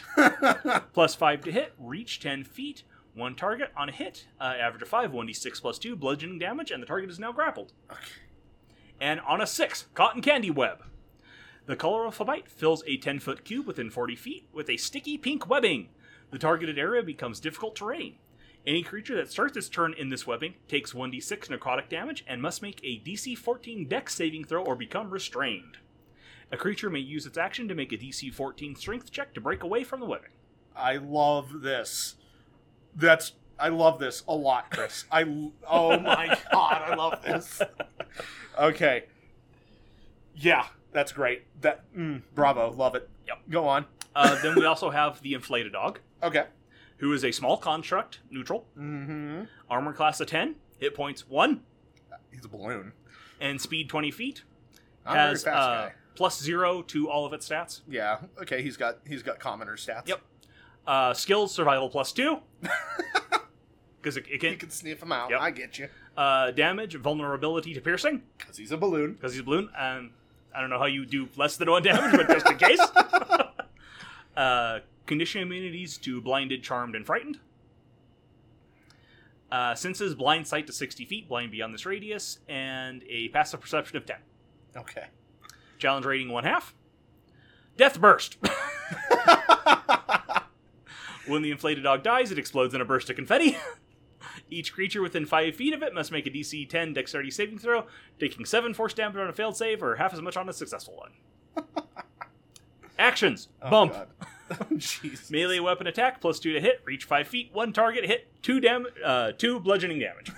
S2: plus five to hit, reach 10 feet, one target on a hit, uh, average of five, 1d6 plus two, bludgeoning damage, and the target is now grappled. And on a six, cotton candy web. The color of a bite fills a 10 foot cube within 40 feet with a sticky pink webbing. The targeted area becomes difficult terrain. Any creature that starts its turn in this webbing takes 1d6 necrotic damage and must make a DC 14 dex saving throw or become restrained. A creature may use its action to make a DC 14 strength check to break away from the webbing.
S1: I love this. That's I love this a lot, Chris. I l-
S2: [LAUGHS]
S1: oh my god, I love this. Okay. Yeah, that's great. That mm, bravo, love it.
S2: Yep.
S1: Go on.
S2: Uh, then we also have the inflated dog,
S1: Okay.
S2: who is a small construct, neutral,
S1: Mhm.
S2: armor class of 10, hit points 1,
S1: He's a balloon.
S2: and speed 20 feet.
S1: I'm
S2: has
S1: a very fast
S2: uh,
S1: guy.
S2: plus 0 to all of its stats.
S1: Yeah. Okay, he's got he's got commoner stats.
S2: Yep. Uh, skills, survival plus
S1: [LAUGHS]
S2: 2. Because it, it
S1: He
S2: can.
S1: can sniff him out.
S2: Yep.
S1: I get you.
S2: Uh, damage, vulnerability to piercing,
S1: Cuz he's a balloon.
S2: because he's a balloon. And I don't know how you do less than 1 damage, but just in case. uh, condition immunities to blinded, charmed, and frightened. Uh, senses blind sight to 60 feet, blind beyond this radius, and a passive perception of 10.
S1: Okay.
S2: Challenge rating one half. Death burst. [LAUGHS] when the inflated dog dies, it explodes in a burst of confetti. [LAUGHS] Each creature within five feet of it must make a DC 10 dexterity saving [LAUGHS] throw, taking seven force damage on a failed save or half as much on a successful one. Actions. Bump.
S1: Oh, God. [LAUGHS] Jeez.
S2: Melee weapon attack plus two to hit, reach five feet, one target hit, two dam- uh, two bludgeoning damage.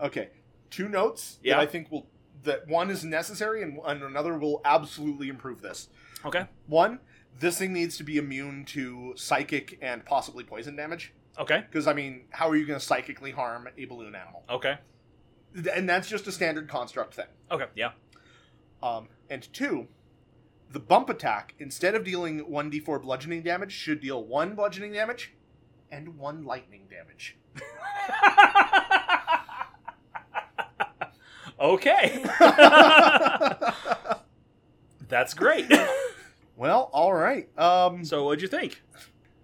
S1: Okay. Two notes
S2: Yeah.
S1: that I think will that one is necessary and, and another will absolutely improve this.
S2: Okay.
S1: One, this thing needs to be immune to psychic and possibly poison damage.
S2: Okay.
S1: Because I mean, how are you going to psychically harm a balloon animal?
S2: Okay.
S1: Th- And that's just a standard construct thing.
S2: Okay. Yeah.
S1: Um, and two, the bump attack instead of dealing one d4 bludgeoning damage should deal one bludgeoning damage and one lightning damage.
S2: [LAUGHS] okay. That's great.
S1: Well, all right. Um,
S2: so what'd you think?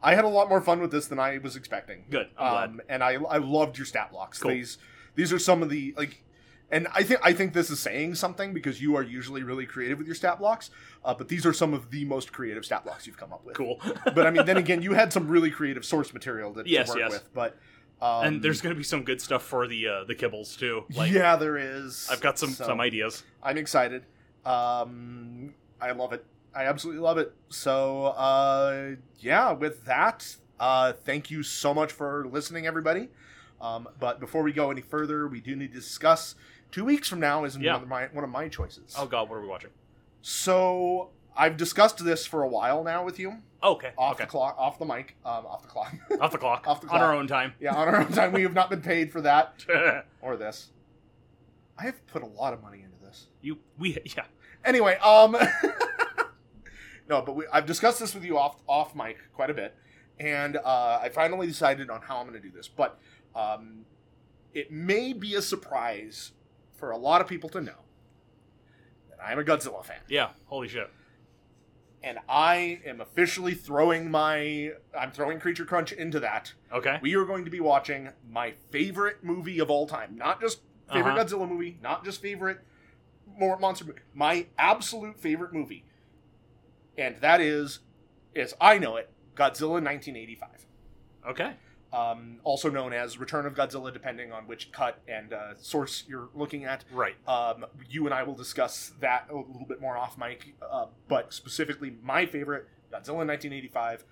S1: I had a lot more fun with this than I was expecting.
S2: Good. I'm glad.
S1: um, and I I loved your stat blocks.
S2: Cool.
S1: These these are some of the like, and I think I think this is saying something because you are usually really creative with your stat blocks, uh, but these are some of the most creative stat blocks you've come up with.
S2: Cool.
S1: but I mean, then again, you had some really creative source material to, to
S2: Yes,
S1: work
S2: yes.
S1: with. But um,
S2: and there's gonna be some good stuff for the uh, the kibbles too. Like
S1: yeah, there is.
S2: I've got some
S1: So,
S2: some ideas.
S1: I'm excited. Um, I love it. I absolutely love it. So uh, yeah, with that, uh, thank you so much for listening, everybody. Um, but before we go any further, we do need to discuss. Two weeks from now is
S2: Yeah.
S1: one, of my, one of my choices.
S2: Oh God, what are we watching?
S1: So I've discussed this for a while now with you,
S2: Okay.
S1: off
S2: okay.
S1: the clock, off the mic, um, off the clock. [LAUGHS]
S2: off the clock.
S1: Off the
S2: On our
S1: clock.
S2: own time.
S1: yeah, on our own time. We have not been paid for that or this. I have put a lot of money into this.
S2: [LAUGHS] you we yeah.
S1: Anyway, um, [LAUGHS] no, but we, I've discussed this with you off off mic quite a bit, and uh, I finally decided on how I'm going to do this. But um, it may be a surprise for a lot of people to know that I'm a Godzilla fan,
S2: Yeah. Holy shit.
S1: and I am officially throwing my I'm throwing Creature Crunch into that.
S2: Okay.
S1: We are going to be watching my favorite movie of all time, not just favorite
S2: Uh-huh.
S1: Godzilla movie, not just favorite more monster movie, my absolute favorite movie, and that is, as I know it, Godzilla 1985,
S2: Okay.
S1: um, also known as Return of Godzilla, depending on which cut and uh, source you're looking at.
S2: Right.
S1: Um, you and I will discuss that a little bit more off mic, uh, but specifically my favorite Godzilla 1985.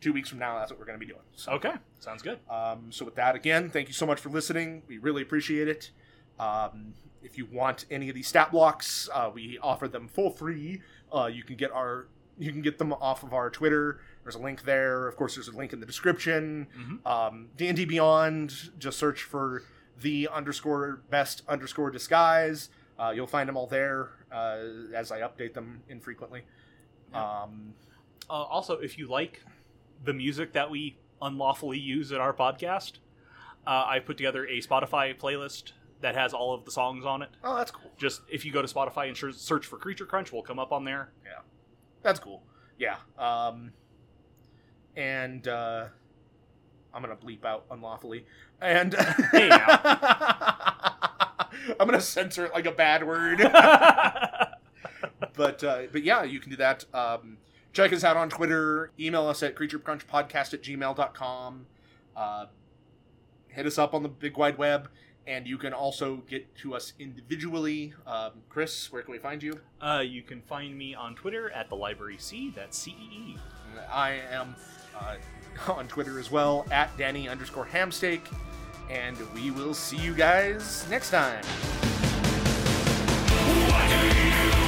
S1: Two weeks from now, that's what we're going to be doing. So.
S2: Okay. Sounds good.
S1: Um, so with that, again, thank you so much for listening. We really appreciate it. Um, if you want any of these stat blocks, uh, we offer them for free. Uh, you can get our you can get them off of our Twitter. There's a link there. Of course, there's a link in the description.
S2: Mhm.
S1: Um, D&D Beyond. Just search for the underscore best underscore disguise. Uh, you'll find them all there uh, as I update them infrequently. Um,
S2: Uh, also, if you like the music that we unlawfully use in our podcast, uh, I put together a Spotify playlist that has all of the songs on it.
S1: oh, that's cool.
S2: Just if you go to Spotify and sur- search for Creature Crunch, we'll come up on there.
S1: that's cool. Yeah. Um, and uh, I'm gonna bleep out unlawfully, and
S2: Hey,
S1: [LAUGHS] I'm gonna censor it like a bad word.
S2: [LAUGHS]
S1: but uh, but yeah, you can do that. Um, check us out on Twitter. Email us at creaturecrunchpodcast at gmail.com. Uh, hit us up on the big wide web. And you can also get to us individually. Um, Chris, where can we find you?
S2: uh, you can find me on Twitter at the Library C. That's C E E.
S1: I am uh, [LAUGHS] on Twitter as well at Danny underscore Hamsteak, and we will see you guys next time.
S7: What do you